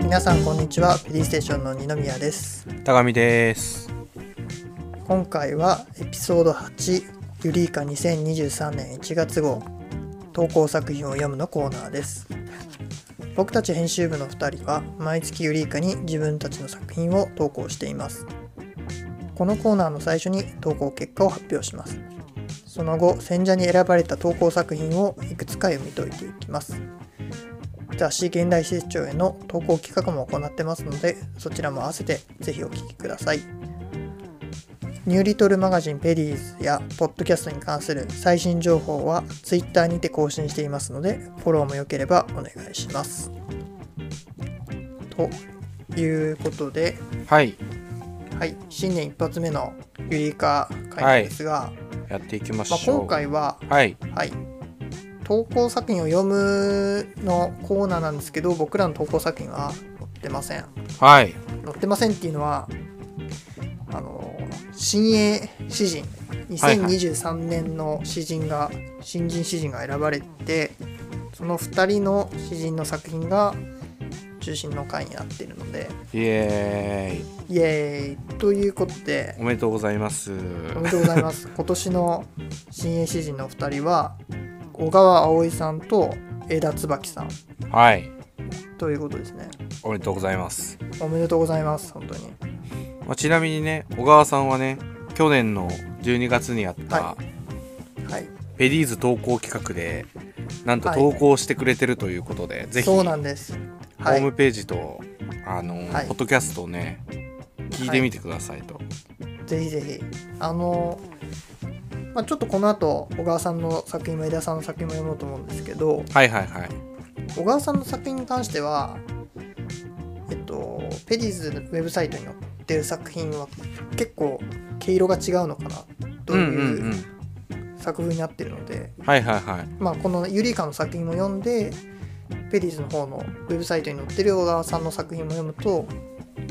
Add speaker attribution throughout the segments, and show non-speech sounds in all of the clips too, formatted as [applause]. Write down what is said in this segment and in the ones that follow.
Speaker 1: 皆さんこんにちはペリーステーションの二宮です
Speaker 2: 高見です。
Speaker 1: 今回はエピソード8ユリイカ2023年1月号投稿作品を読むのコーナーです僕たち編集部の2人は毎月ユリイカに自分たちの作品を投稿していますこのコーナーの最初に投稿結果を発表しますその後選者に選ばれた投稿作品をいくつか読み解いていきます雑誌現代成長への投稿企画も行ってますのでそちらも合わせてぜひお聞きくださいニューリトルマガジンペリーズやポッドキャストに関する最新情報は Twitter にて更新していますのでフォローもよければお願いします。ということで、
Speaker 2: はい、
Speaker 1: はい、新年一発目のユリイカ会なんですが、
Speaker 2: やっていきまし
Speaker 1: まあ、
Speaker 2: ょう。
Speaker 1: 今回は、
Speaker 2: はい、
Speaker 1: はい、投稿作品を読むのコーナーなんですけど僕らの投稿作品は載ってません。
Speaker 2: はい、
Speaker 1: 載ってませんっていうのはあの新鋭詩人
Speaker 2: はいはい
Speaker 1: 2023年の詩人が、新人詩人が選ばれてその2人の詩人の作品が中心の回になっているので
Speaker 2: イエーイ、
Speaker 1: イエーイということで
Speaker 2: おめでとうございます。
Speaker 1: おめでとうございます
Speaker 2: [laughs]
Speaker 1: 今年の新鋭詩人の2人は小川葵さんと枝椿さん
Speaker 2: はい、
Speaker 1: ということですね
Speaker 2: おめでとうございます。
Speaker 1: おめでとうございます本当に
Speaker 2: まあ、ちなみにね、小川さんはね、去年の12月にやった
Speaker 1: ははい
Speaker 2: ペリーズ投稿企画で、なんと
Speaker 1: はい
Speaker 2: 投稿してくれてるということで、ぜひ
Speaker 1: そう
Speaker 2: ホ
Speaker 1: なんですは
Speaker 2: ー
Speaker 1: い
Speaker 2: ムページとあのー
Speaker 1: はい
Speaker 2: ポッドキャストをね、聞いてみてくださいと。
Speaker 1: ぜひぜひあの、まあ、ちょっとこの後小川さんの作品も江田さんの作品も読もうと思うんですけど
Speaker 2: はい、はい、はい、
Speaker 1: 小川さんの作品に関してはえっとペディーズのウェブサイトに載ってる作品は結構毛色が違うのかなと
Speaker 2: うんうん。
Speaker 1: いううん作風になってるので、
Speaker 2: はいはいはい。
Speaker 1: まあ、このユリカの作品も読んでペディーズの方のウェブサイトに載ってる小川さんの作品も読むと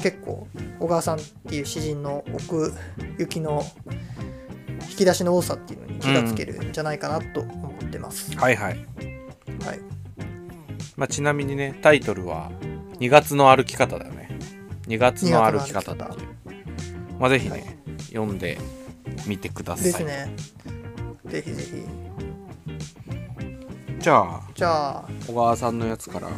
Speaker 1: 結構小川さんっていう詩人の奥行きの引き出しの多さっていうのに気がつけるんじゃないかなと思ってます。
Speaker 2: はいはい。
Speaker 1: はい、
Speaker 2: まあ、ちなみにねタイトルは「2月の歩き方」だよね2月の歩き方っていうまあぜひね、
Speaker 1: はい
Speaker 2: 読んでみてください
Speaker 1: ですね。ぜひぜひ。
Speaker 2: じゃあ
Speaker 1: じゃあ
Speaker 2: 小川さんのやつからは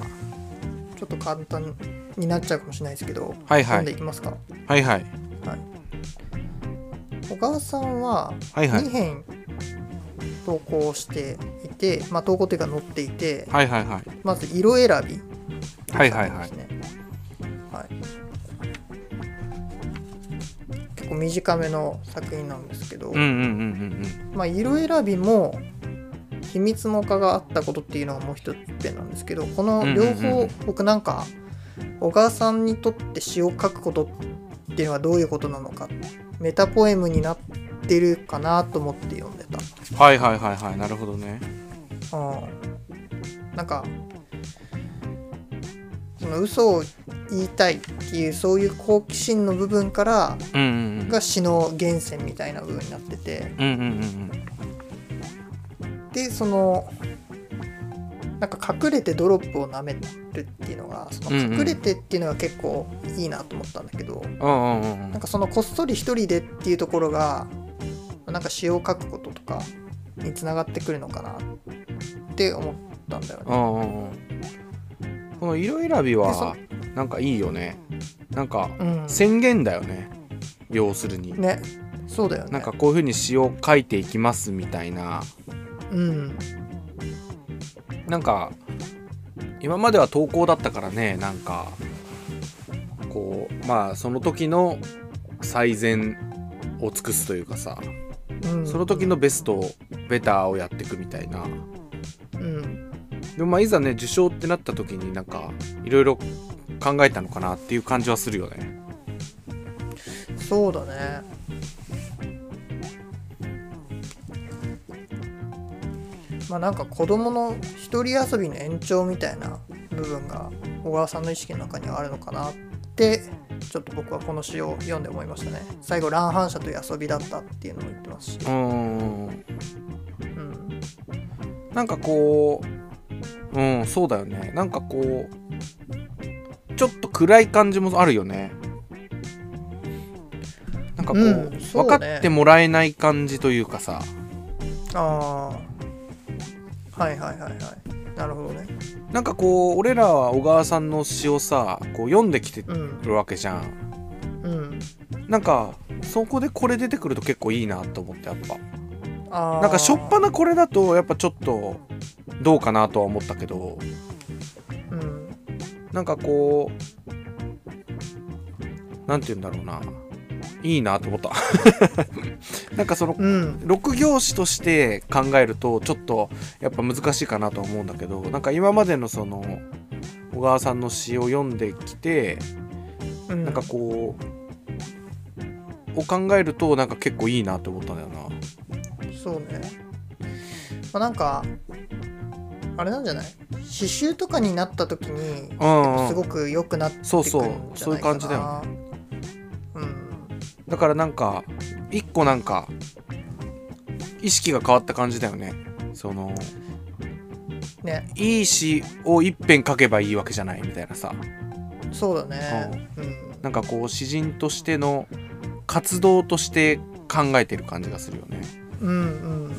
Speaker 1: ちょっと簡単になっちゃうかもしれないですけど、
Speaker 2: はいはい
Speaker 1: 読んでいきますか。
Speaker 2: いはい
Speaker 1: はい、小川さんは
Speaker 2: はいはい
Speaker 1: 2編投稿していて、まあ、投稿というか載っていて、
Speaker 2: はいはいはい
Speaker 1: まず色選び
Speaker 2: はいはいはい
Speaker 1: ですねはい結構短めの作品なんですけど、
Speaker 2: うんうんうんうん
Speaker 1: まあ、色選びも秘密の丘があったことっていうのがもう一点なんですけどこの両
Speaker 2: うんうんうんう
Speaker 1: 方
Speaker 2: ん
Speaker 1: 僕なんか小川さんにとって詩を書くことっていうのはどういうことなのかメタポエムになってるかなと思って読んでた。
Speaker 2: うんはいはいはいはいなるほどね
Speaker 1: うん、なんかその嘘を言いたいっていうそういう好奇心の部分から
Speaker 2: うんうんうん
Speaker 1: が詩の源泉みたいな部分になってて
Speaker 2: うんうんうん
Speaker 1: でそのなんか隠れてドロップを舐めるっていうのがその
Speaker 2: うんうん
Speaker 1: 隠れてっていうのが結構いいなと思ったんだけど、
Speaker 2: うんうんうんうん
Speaker 1: なんかそのこっそり一人でっていうところがなんか詩を書くこととかにつながってくるのかなって思ったんだよね。
Speaker 2: うんうんうんこの色選び
Speaker 1: でそ
Speaker 2: はなんかいいよねなんか
Speaker 1: うん
Speaker 2: 宣言だよね要するに
Speaker 1: ねそうだよね
Speaker 2: なんかこういうふうに詩を書いていきますみたいな
Speaker 1: うん
Speaker 2: なんか今までは投稿だったからねなんかこうまあその時の最善を尽くすというかさ
Speaker 1: うん
Speaker 2: その時のベストベターをやっていくみたいな
Speaker 1: うん
Speaker 2: でもまあいざね受賞ってなった時になんかいろいろ考えたのかなっていう感じはするよね
Speaker 1: そうだねまあなんか子供の一人遊びの延長みたいな部分が小川さんの意識の中にはあるのかなってちょっと僕はこの詩を読んで思いましたね最後「乱反射という遊びだった」っていうのも言ってますし、
Speaker 2: うん
Speaker 1: うん、
Speaker 2: なんかこううんそうだよねなんかこうちょっと暗い感じもあるよねなんかこう,、
Speaker 1: うんそう
Speaker 2: 分
Speaker 1: ね
Speaker 2: かってもらえない感じというかさ
Speaker 1: ああはいはいはいはいなるほどね
Speaker 2: なんかこう俺らは小川さんの詩をさこう読んできて
Speaker 1: うん
Speaker 2: るわけじゃん
Speaker 1: うん
Speaker 2: なんかそこでこれ出てくると結構いいなと思ってやっぱ
Speaker 1: あー
Speaker 2: なんかしょっぱなこれだとやっぱちょっとどうかなとは思ったけど
Speaker 1: うん
Speaker 2: なんかこうなんて言うんだろうないいなと思った [laughs] なんかその
Speaker 1: うん
Speaker 2: 6行詞として考えるとちょっとやっぱ難しいかなとは思うんだけどなんか今までのその小川さんの詩を読んできて
Speaker 1: うん
Speaker 2: なんかこうを考えるとなんか結構いいなと思ったんだよな
Speaker 1: そうねまあなんかあれなんじゃない刺繍とかになった時に
Speaker 2: うん、う
Speaker 1: す
Speaker 2: ん、
Speaker 1: ごく良くなってくんじゃ
Speaker 2: そう
Speaker 1: ないか
Speaker 2: そ
Speaker 1: な
Speaker 2: うそういう感じだよ
Speaker 1: うん
Speaker 2: だからなんか一個なんか意識が変わった感じだよねその
Speaker 1: ね
Speaker 2: いい詩を一遍書けばいいわけじゃないみたいなさ
Speaker 1: そうだねうん
Speaker 2: なんかこう詩人としての活動として考えてる感じがするよね
Speaker 1: うんうんうん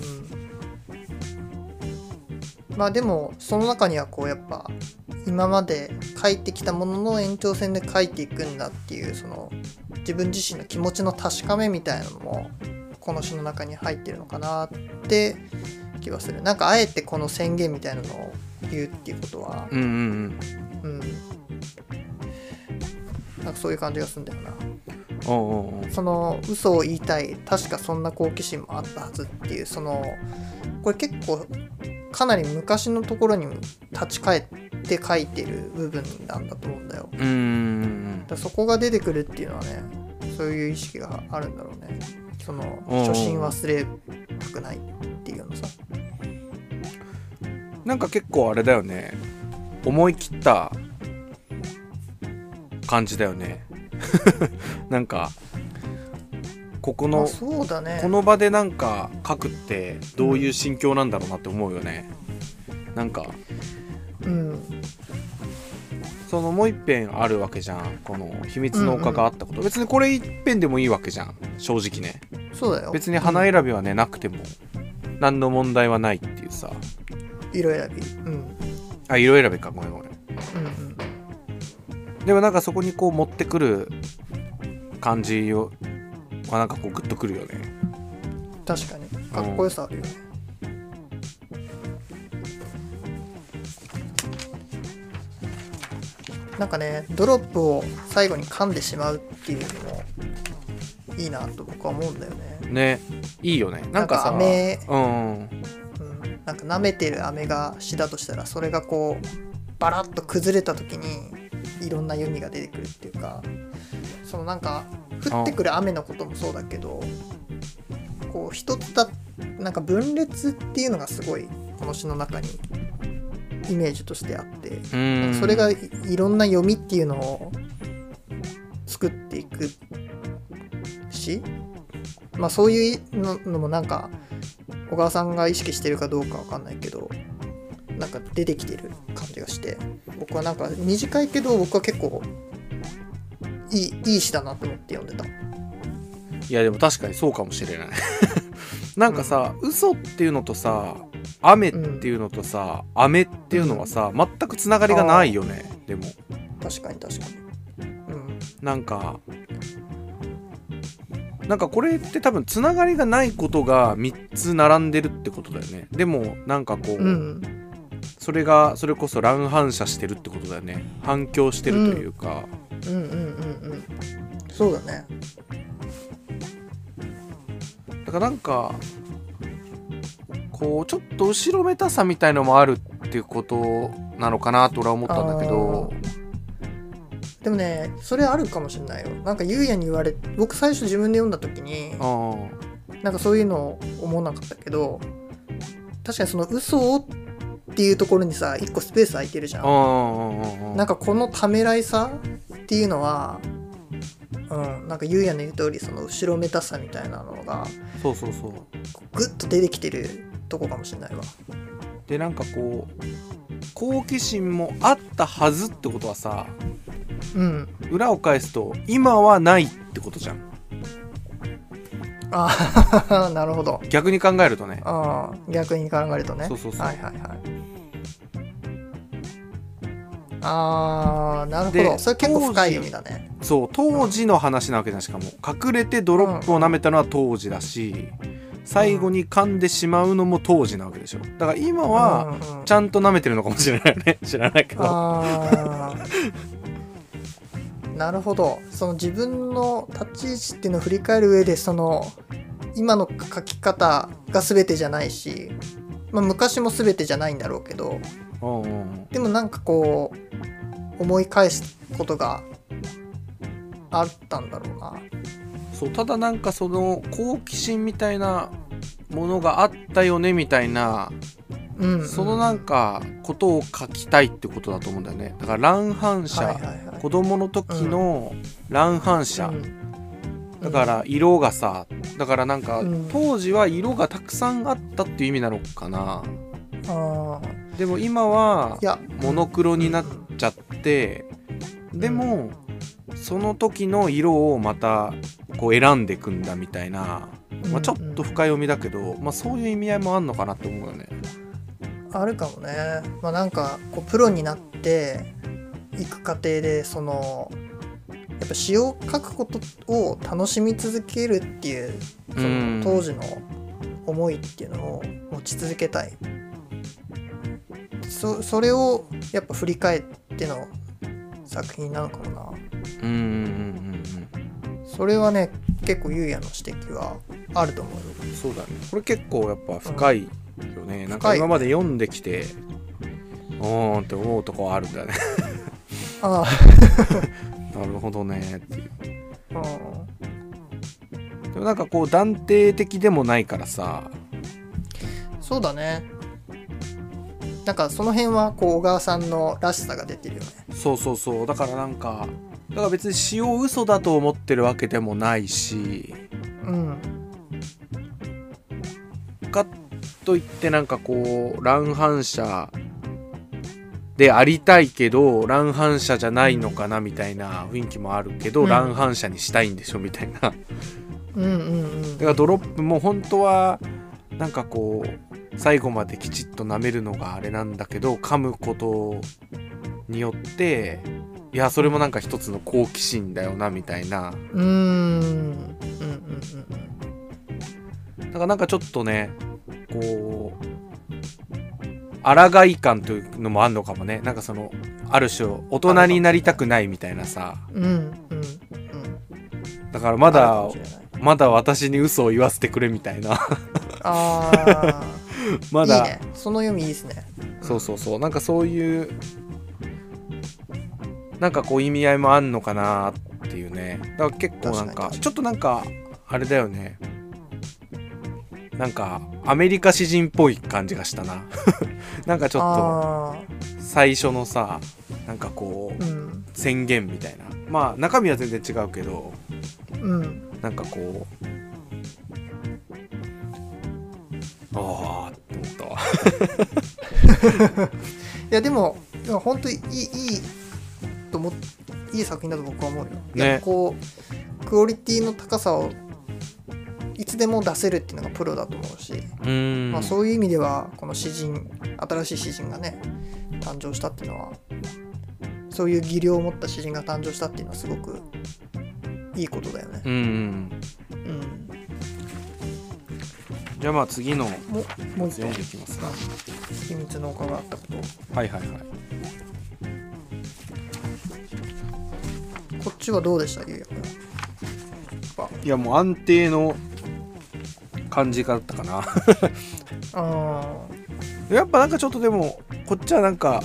Speaker 1: まあでもその中にはこうやっぱ今まで書いてきたものの延長線で書いていくんだっていうその自分自身の気持ちの確かめみたいなのもこの詩の中に入ってるのかなって気はするなんかあえてこの宣言みたいなのを言うっていうことは
Speaker 2: うん
Speaker 1: う
Speaker 2: うん
Speaker 1: んなんかそういう感じがするんだよな
Speaker 2: うんおうおうおう
Speaker 1: その嘘を言いたい確かそんな好奇心もあったはずっていうそのこれ結構かなり昔のところに立ち返って書いてる部分なんだと思うんだよだか
Speaker 2: うんうん
Speaker 1: らそこが出てくるっていうのはねそういう意識があるんだろうねその
Speaker 2: うん
Speaker 1: 初心忘れたくないっていうのさ
Speaker 2: うんなんか結構あれだよね思い切った感じだよね [laughs] なんかここ
Speaker 1: ま
Speaker 2: の
Speaker 1: あそうだね
Speaker 2: この場でなんか書くってどういう心境なんだろうなって思うよね、なんか
Speaker 1: うん
Speaker 2: そのもう一遍あるわけじゃんこの秘密の丘があったこと、別にこれ一遍でもいいわけじゃん正直ね
Speaker 1: そうだよ
Speaker 2: 別に花選びはね、なくても何の問題はないっていうさ
Speaker 1: 色選びうんうん
Speaker 2: あ色選びかごめんごめん
Speaker 1: うん
Speaker 2: でもなんかそこにこう持ってくる感じをはなんかこうグッとくるよね
Speaker 1: 確かにかっこよさあるよねなんかねドロップを最後に噛んでしまうっていうのもいいなと僕は思うんだよね、
Speaker 2: ねいいよねなんかさ
Speaker 1: なんか飴
Speaker 2: うん
Speaker 1: うん、なんか舐めてる飴が詩だとしたらそれがこうバラッと崩れた時にいろんな読みが出てくるっていうかそのなんか降ってくる雨のこともそうだけどこう一つだなんか分裂っていうのがすごいこの詩の中にイメージとしてあって
Speaker 2: うん
Speaker 1: それがいいろんな読みっていうのを作っていくし、まあ、そういうののもなんか小川さんが意識してるかどうかわかんないけどなんか出てきてる感じがして僕はなんか短いけど僕は結構いいいい詩だなと思って読んでた。
Speaker 2: いやでも確かにそうかもしれないなんかさ、嘘っていうのとさ雨っていうのとさ、雨っていうのはさ全くつながりがないよねでも
Speaker 1: 確かに確かに。うん、
Speaker 2: なんかなんかこれって多分つながりがないことが3つ並んでるってことだよねでもなんかこう、
Speaker 1: うん、
Speaker 2: それがそれこそ乱反射してるってことだよね反響してるというか、
Speaker 1: うんうんうんうんそうだね。
Speaker 2: だからなんかこうちょっと後ろめたさみたいのもあるっていうことなのかなと俺は思ったんだけど
Speaker 1: でもねそれあるかもしれないよなんかゆうやに言われ僕最初自分で読んだ時に
Speaker 2: あー
Speaker 1: なんかそういうのを思わなかったけど確かにその嘘をっていうところにさ一個スペース空いてるじゃ
Speaker 2: あ
Speaker 1: ん
Speaker 2: ーあーあーあー
Speaker 1: なんかこのためらいさっていうのはうん、なんかゆうやの言う通りその後ろめたさみたいなのが
Speaker 2: そうそうそう
Speaker 1: こうグッと出てきてるとこかもしれないわ
Speaker 2: でなんかこう好奇心もあったはずってことはさ
Speaker 1: うん
Speaker 2: 裏を返すと今はないってことじゃん
Speaker 1: ああ [laughs] なるほど
Speaker 2: 逆に考えるとね
Speaker 1: ああ逆に考えるとね
Speaker 2: そうそうそう
Speaker 1: はいはいはいああなるほど
Speaker 2: で
Speaker 1: それ結構深い意味だね
Speaker 2: そう当時の話なわけじゃんしかも隠れてドロップを舐めたのは当時だし最後に噛んでしまうのも当時なわけでしょだから今は
Speaker 1: うんうん
Speaker 2: ちゃんと舐めてるのかもしれないよね [laughs] 知らないけど
Speaker 1: あーなるほどその自分の立ち位置っていうのを振り返る上でその今の書き方が全てじゃないし、まあ、昔も全てじゃないんだろうけど
Speaker 2: うんうんうん
Speaker 1: でもなんかこう思い返すことがあったんだろうな
Speaker 2: そうただなんかその好奇心みたいなものがあったよねみたいな
Speaker 1: うん、うん、
Speaker 2: そのなんかことを書きたいってことだと思うんだよねだから乱反射、
Speaker 1: はいはいはい
Speaker 2: 子供の時の乱反射、だから色がさだからなんか
Speaker 1: うん
Speaker 2: 当時は色がたくさんあったっていう意味なのかな
Speaker 1: うんあー
Speaker 2: でも今はい
Speaker 1: や
Speaker 2: モノクロになっちゃってでもその時の色をまたこう選んでいくんだみたいな、まあ、ちょっと深読みだけど、まあ、そういう意味合いもあんのかなって思うよね。
Speaker 1: あるかもね、まあ、なんかこうプロになっていく過程でそのやっぱ詩を書くことを楽しみ続けるっていうそ
Speaker 2: うん
Speaker 1: の当時の思いっていうのを持ち続けたいそそれをやっぱ振り返っての作品なのかもな
Speaker 2: うんうんうんうん
Speaker 1: それはね結構ゆうやの指摘はあると思うよ
Speaker 2: そうだねこれ結構やっぱ深いよね、なんか
Speaker 1: 深い
Speaker 2: 今まで読んできてうーんって思うとこはあるんだよね [laughs]
Speaker 1: あ
Speaker 2: なるほどねっていう
Speaker 1: あ、うん
Speaker 2: でもなんかこう断定的でもないからさ
Speaker 1: そうだねなんかその辺はこう小川さんのらしさが出てるよね
Speaker 2: そうそうそうだからなんかだから別に詩を嘘だと思ってるわけでもないし
Speaker 1: うん
Speaker 2: かといってなんかこう乱反射でありたいけど乱反射じゃないのかなみたいな雰囲気もあるけど、
Speaker 1: うん
Speaker 2: 乱反射にしたいんでしょみたいな
Speaker 1: うんうんうん
Speaker 2: だからドロップも本当はなんかこう最後まできちっと舐めるのがあれなんだけど噛むことによっていやそれもなんか一つの好奇心だよなみたいな
Speaker 1: うーんうんうんうん
Speaker 2: だからなんかちょっとねこう抗い感というのもあんのかもねなんかそのある種大人になりたくないみたいなさ
Speaker 1: うんうんうん
Speaker 2: だからまだ
Speaker 1: あるかもしれない
Speaker 2: まだ私に嘘を言わせてくれみたいな [laughs]
Speaker 1: あ
Speaker 2: ま
Speaker 1: あい
Speaker 2: だ
Speaker 1: いねその読みいいですね
Speaker 2: そうそうそうなんかそういうなんかこう意味合いもあんのかなっていうねだから結構なん
Speaker 1: 確かに確
Speaker 2: か
Speaker 1: かに
Speaker 2: ちょっとなんかあれだよねなんかアメリカ詩人っぽい感じがしたな [laughs] なんかちょっ
Speaker 1: ああ
Speaker 2: と最初のさなんかこう
Speaker 1: うん
Speaker 2: 宣言みたいなまあ中身は全然違うけど
Speaker 1: うん
Speaker 2: なんかこうああって思ったわ
Speaker 1: いやでもいや本当にいいいいと思っいい作品だと僕は思うよ、いや
Speaker 2: ね
Speaker 1: こうクオリティの高さをいつでも出せるっていうのがプロだと思うし
Speaker 2: うーん
Speaker 1: まあ、そういう意味ではこの詩人新しい詩人がね誕生したっていうのはそういう技量を持った詩人が誕生したっていうのはすごくいいことだよね。
Speaker 2: うんうん
Speaker 1: うん、
Speaker 2: じゃあまあ次の
Speaker 1: ももう一
Speaker 2: 読んでい
Speaker 1: つ
Speaker 2: きますか
Speaker 1: 秘密の丘があったこと
Speaker 2: はいはいはい
Speaker 1: こっちはどうでしたゆうやくん。やっぱ
Speaker 2: いやもう安定の感じだったかな [laughs]
Speaker 1: あ
Speaker 2: やっぱなんかちょっとでもこっちはなんか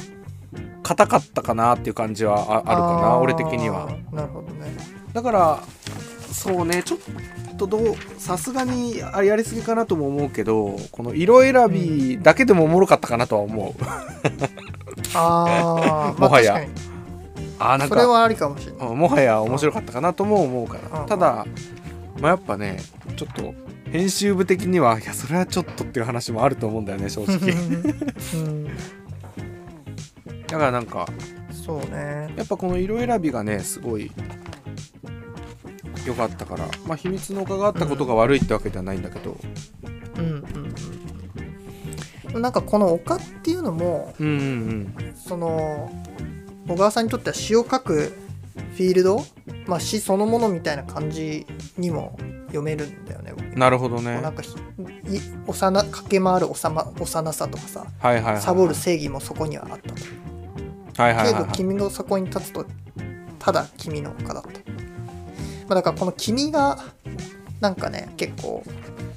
Speaker 2: 硬かったかなっていう感じはああ
Speaker 1: ー
Speaker 2: るか
Speaker 1: あ
Speaker 2: な
Speaker 1: ー
Speaker 2: 俺的には
Speaker 1: なるほどね。
Speaker 2: だからそうねちょっとどうさすがにあやりすぎかなとも思うけどこの色選びだけでもおもろかったかなとは思う、 [laughs]
Speaker 1: ああ
Speaker 2: もはや
Speaker 1: 確かに
Speaker 2: あーなん
Speaker 1: それ
Speaker 2: か
Speaker 1: はありかもしれない
Speaker 2: うんもはや面白かったかなとも思うか
Speaker 1: う
Speaker 2: ら
Speaker 1: ん
Speaker 2: ただ、まあ、やっぱねちょっと編集部的にはいやそれはちょっとっていう話もあると思うんだよね正 [laughs] 直
Speaker 1: うん、
Speaker 2: だからなんか
Speaker 1: そうね
Speaker 2: やっぱこの色選びがねすごい良かったからまあ秘密の丘があったことが悪いってわけではないんだけど
Speaker 1: うんうんうんでもなんかこの丘っていうのも
Speaker 2: うんうん
Speaker 1: その小川さんにとっては詩を書くフィールド、まあ、詩そのものみたいな感じにも読めるんだよね僕
Speaker 2: うんなるほどね
Speaker 1: こうな
Speaker 2: は
Speaker 1: んかひい幼駆け回る幼幼さとかさ
Speaker 2: いはいはい
Speaker 1: サボる正義もそこにはあったと、
Speaker 2: はいはいはい
Speaker 1: けど君のそこに立つとただ君の丘だった、まあ、だからこの「君」がなんかね結構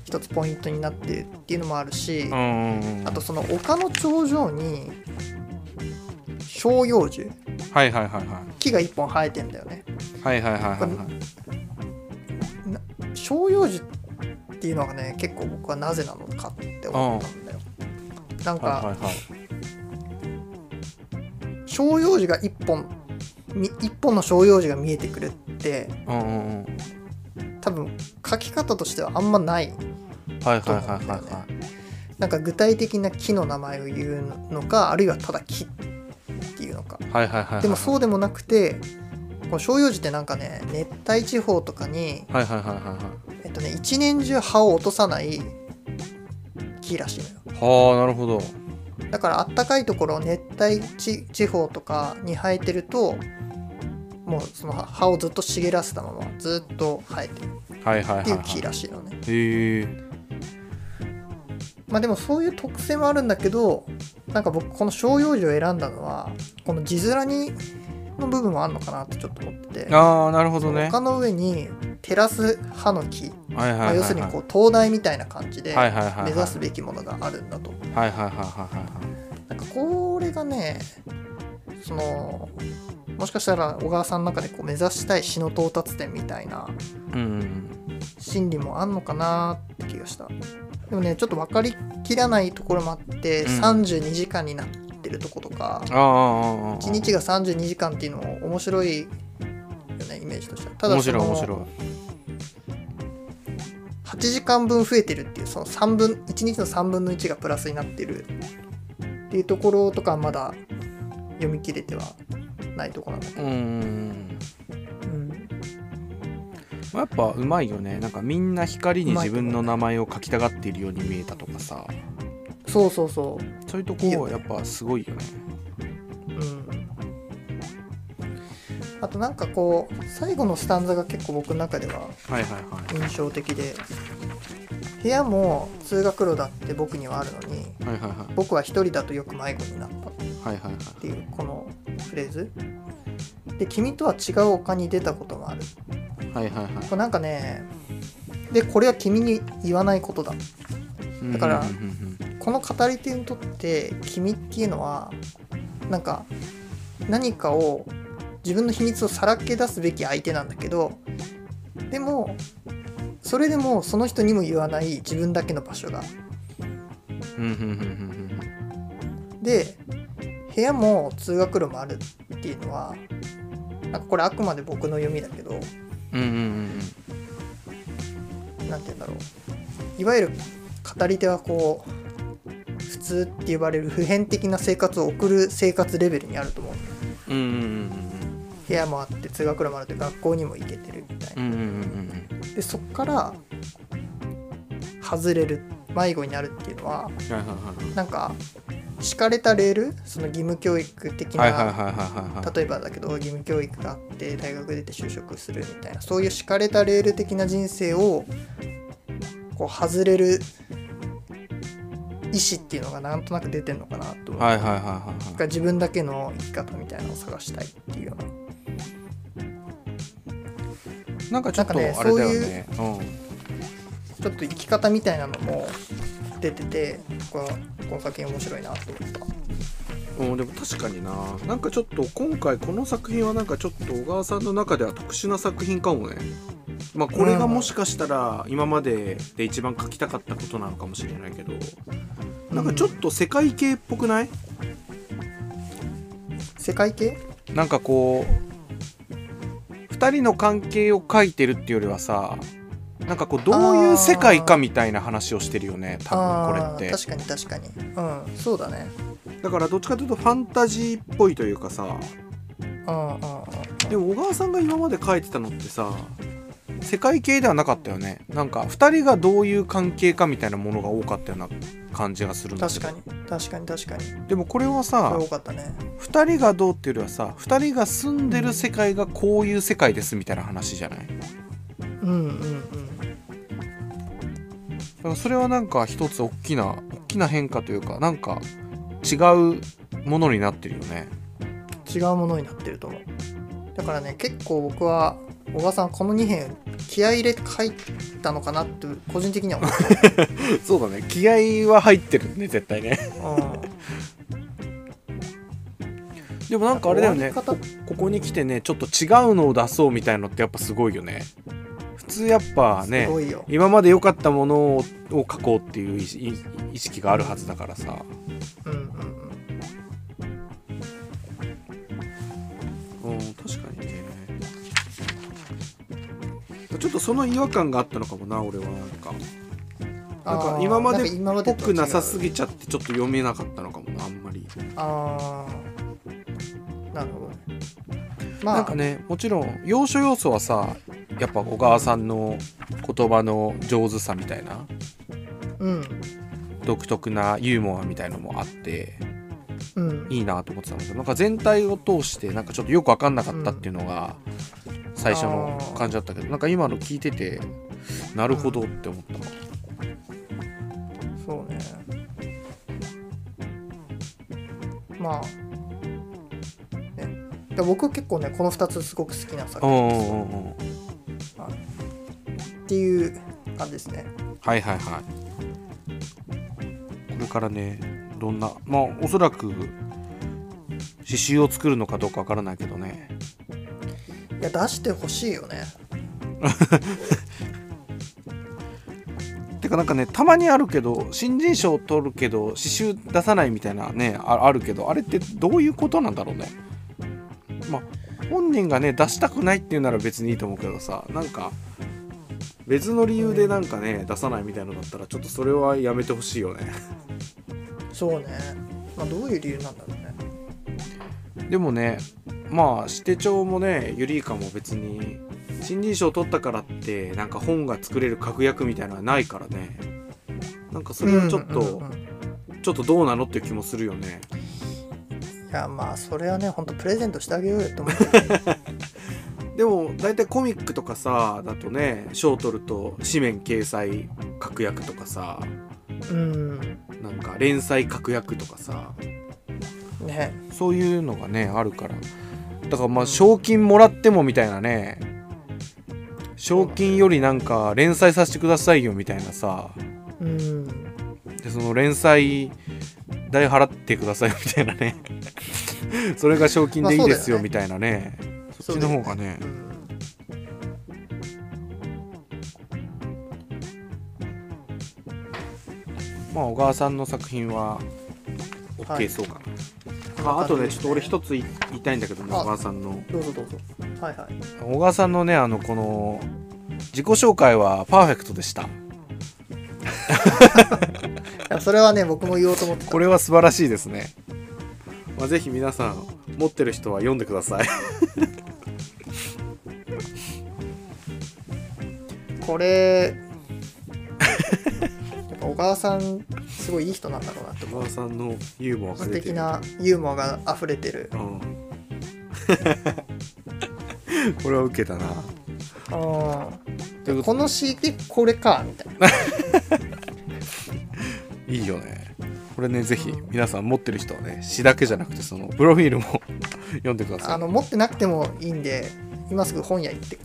Speaker 1: 一つポイントになってるっていうのもあるし、
Speaker 2: うんうんうん
Speaker 1: あとその丘の頂上に照葉樹
Speaker 2: はいはいはいは
Speaker 1: 木が一本生えてんだよね
Speaker 2: いはいはいはいはいはい
Speaker 1: 照葉樹っていうのがね結構僕はなぜなのかって思ったんだよなんか、
Speaker 2: はいはいはい
Speaker 1: 照葉樹が一本み一本の照葉樹が見えてくるって
Speaker 2: うんうんうん
Speaker 1: 多分書き方としてはあんまない
Speaker 2: はいはいはいはいはい
Speaker 1: なんか具体的な木の名前を言うのかあるいはただ木っていうのか
Speaker 2: はいはいはいはい
Speaker 1: でもそうでもなくてこの照葉樹ってなんかね熱帯地方とかに、
Speaker 2: はいはいはいはいはい
Speaker 1: えっとね、一年中葉を落とさない木らしいのよ
Speaker 2: はあなるほど
Speaker 1: だからあったかいところ熱帯地地方とかに生えてるともうその葉葉をずっと茂らせたままずっと生えてる
Speaker 2: はいはい
Speaker 1: っ
Speaker 2: はいは
Speaker 1: て
Speaker 2: い
Speaker 1: いう木らしいのね
Speaker 2: へえ
Speaker 1: まあでもそういう特性もあるんだけどなんか僕この照葉樹を選んだのはこの字面にの部分もあるのかなってちょっと思ってて
Speaker 2: ああなるほどね
Speaker 1: 丘の上に照らす葉の木、
Speaker 2: はいはいはい
Speaker 1: ま
Speaker 2: は
Speaker 1: あ、
Speaker 2: い
Speaker 1: 要するにこう灯台みたいな感じで
Speaker 2: はいはいはいはい
Speaker 1: 目指すべきものがあるんだと
Speaker 2: はいはいはいはいはい
Speaker 1: なんかこれがねそのもしかしたら小川さんの中でこう目指したい詩の到達点みたいな
Speaker 2: うん
Speaker 1: 心理もあんのかなって気がしたでもねちょっと分かりきらないところもあって、
Speaker 2: うん
Speaker 1: 32時間になってるとことか
Speaker 2: ああああ
Speaker 1: 1日が32時間っていうのも面白いよねイメージとしてはただ
Speaker 2: 面
Speaker 1: そ
Speaker 2: 白い
Speaker 1: の
Speaker 2: 面白い
Speaker 1: 8時間分増えてるっていうその3分1日の3分の1がプラスになってるっていうところとかはまだ読み切れてはないところなんだけ
Speaker 2: うんうんうん
Speaker 1: ど、うん、
Speaker 2: まあやっぱうまいよねなんかみんな光に自分の名前を書きたがっているように見えたとかさ
Speaker 1: そうそうそ
Speaker 2: そういうと
Speaker 1: いいよ
Speaker 2: こ
Speaker 1: ね
Speaker 2: やっぱすごいよね
Speaker 1: ううんあとなんかこう最後のスタンザが結構僕の中では
Speaker 2: はいはいは
Speaker 1: 印象的で部屋も通学路だって僕にはあるのに
Speaker 2: いはいはいは
Speaker 1: 僕は一人だとよく迷子になったっ
Speaker 2: いはいはいはい
Speaker 1: ていうこのフレーズで君とは違う丘に出たこともある
Speaker 2: はいはいはい
Speaker 1: これなんかねでこれは君に言わないことだだから
Speaker 2: うんうん
Speaker 1: この語り手にとって君っていうのはなんか何かを自分の秘密をさらけ出すべき相手なんだけどでもそれでもその人にも言わない自分だけの場所が
Speaker 2: うんうんうんうんうん
Speaker 1: で部屋も通学路もあるっていうのはなんかこれあくまで僕の読みだけど
Speaker 2: うんうんうんうんうん
Speaker 1: なんて言うんだろういわゆる語り手はこう普通って呼ばれる普遍的な生活を送る生活レベルにあると思う
Speaker 2: うんうん
Speaker 1: 部屋もあって通学路もあるって学校にも行けてるみたい
Speaker 2: うんうんうんうんうん
Speaker 1: なでそっから外れる迷子になるっていうのは
Speaker 2: はいはいはい
Speaker 1: なんか敷かれたレールその義務教育的な、
Speaker 2: はいはいはいはいはいはい
Speaker 1: 例えばだけど義務教育があって大学出て就職するみたいなそういう敷かれたレール的な人生をこう外れる意思っていうのがなんとなく出てんのかなと思う、
Speaker 2: はいはいはいはい
Speaker 1: が自分だけの生き方みたいなのを探したいっていうような
Speaker 2: なんかちょっとあ
Speaker 1: なんかね
Speaker 2: れだよね
Speaker 1: ちょっと生き方みたいなのも出ててこのこの作品面白いなと思った
Speaker 2: うん、うん、でも確かにななんかちょっと今回この作品はなんかちょっと小川さんの中では特殊な作品かもねまあこれがもしかしたら今までで一番書きたかったことなのかもしれないけどなんかちょっと世界系っぽくない
Speaker 1: 世界系
Speaker 2: なんかこう2人の関係を書いてるっていうよりはさなんかこうどういう世界かみたいな話をしてるよね多分
Speaker 1: あ
Speaker 2: こ
Speaker 1: ー
Speaker 2: れって
Speaker 1: 確かに確かにうんそうだね
Speaker 2: だからどっちかというとファンタジーっぽいというかさ
Speaker 1: うんうんうん
Speaker 2: でも小川さんが今まで書いてたのってさ世界系ではなかったよねなんか2人がどういう関係かみたいなものが多かったような感じがするんだけ
Speaker 1: 確
Speaker 2: ど
Speaker 1: かに確かに確かに
Speaker 2: でもこれは
Speaker 1: こ
Speaker 2: さ
Speaker 1: れ多かったね
Speaker 2: 2人がどうっていうよりはさ2人が住んでる世界がこういう世界ですみたいな話じゃないだ
Speaker 1: うんうんうん
Speaker 2: からそれはなんか一つ大きな大きな変化というかなんか違うものになってるよね
Speaker 1: 違うものになってると思うだからね結構僕は小川さんこの2編気合い入れ書いたのかなって個人的には思っ
Speaker 2: [laughs] そうだね気合は入ってるね絶対 [laughs] ね
Speaker 1: た、うん、
Speaker 2: でもなんかあれだよね
Speaker 1: 終わり方
Speaker 2: ここに来てねちょっと違うのを出そうみたいのってやっぱすごいよね普通やっぱね
Speaker 1: すごいよ
Speaker 2: 今まで良かったものをを書こうっていう意識意識があるはずだからさ
Speaker 1: うんうんうん
Speaker 2: うん確かにねちょっとその違和感があったのかもな俺はなんかなん
Speaker 1: あ
Speaker 2: か
Speaker 1: ー
Speaker 2: 今まで
Speaker 1: なんか今ま
Speaker 2: っ
Speaker 1: で
Speaker 2: ぽ
Speaker 1: と
Speaker 2: くなさす
Speaker 1: 違う
Speaker 2: ぎちゃってちょっと読めなかったのかもなあんまり
Speaker 1: ああなるほどねまあ
Speaker 2: なんかねもちろん要所要所はさやっぱ小川さんの言葉の上手さみたいな
Speaker 1: うん
Speaker 2: 独特なユーモアみたいのもあって
Speaker 1: うん
Speaker 2: いいなと思ってたんだけどなんか全体を通してなんかちょっとよく分かんなかったっていうのが最初の感じだったけど、なんか今の聞いててなるほどって思った、
Speaker 1: そうねまあねで僕結構ねこの2つすごく好きな作品
Speaker 2: うんうんうんうん
Speaker 1: っていう感じですね
Speaker 2: はいはいはいこれからねどんなまあおそらく刺繍を作るのかどうかわからないけどね
Speaker 1: いや出してほしいよね
Speaker 2: てかなんかねたまにあるけど新人賞を取るけど刺繍出さないみたいなねああるけどあれってどういうことなんだろうねまあ本人がね出したくないっていうなら別にいいと思うけどさなんか別の理由でなんかね出さないみたいなのだったらちょっとそれはやめてほしいよね
Speaker 1: そうねまあどういう理由なんだろうね
Speaker 2: でもねまあ指定帳もねユリイカも別に新人賞を取ったからってなんか本が作れる確約みたいなのはないからねなんかそれはちょっと、
Speaker 1: うんうんうんうん
Speaker 2: ちょっとどうなのっていう気もするよね
Speaker 1: いやまあそれはねほんとプレゼントしてあげようよと思
Speaker 2: [laughs]
Speaker 1: って
Speaker 2: でも大体コミックとかさだとね賞取ると紙面掲載確約とかさ
Speaker 1: うん
Speaker 2: なんか連載確約とかさ
Speaker 1: ね
Speaker 2: そういうのがねあるからだからまあ賞金もらってもみたいなね賞金よりなんか連載させてくださいよみたいなさ
Speaker 1: うん
Speaker 2: でその連載代払ってくださいみたいなねそれが賞金でいいです
Speaker 1: まあそうだよ
Speaker 2: よ
Speaker 1: ね
Speaker 2: みたいなねそっちの方がね
Speaker 1: うん
Speaker 2: まあ小川さんの作品は
Speaker 1: はい
Speaker 2: OK そうかな、ああとねちょっと俺一つ言い言いたいんだけどね
Speaker 1: あ
Speaker 2: 小川さんの
Speaker 1: どうぞどうぞはいはい
Speaker 2: 小川さんのねあのこの自己紹介はパーフェクトでした
Speaker 1: いやそれはね僕も言おうと思ってた
Speaker 2: これは素晴らしいですね、まあ、ぜひ皆さん持ってる人は読んでください
Speaker 1: これやっぱ小川さんすごいいい人なんだろうなって
Speaker 2: 小
Speaker 1: 思う
Speaker 2: 川さんのユーモアが
Speaker 1: 素
Speaker 2: 出て
Speaker 1: 敵
Speaker 2: る
Speaker 1: なユーモアが溢れてる
Speaker 2: うん [laughs] これは受けたな
Speaker 1: うん
Speaker 2: ということで
Speaker 1: この CD これかみたいない
Speaker 2: いよねこれねぜひ皆さん持ってる人はね詩だけじゃなくてそのプロフィールも [laughs] 読んでください
Speaker 1: あの持ってなくてもいいんで今すぐ本屋行って
Speaker 2: [laughs]
Speaker 1: こ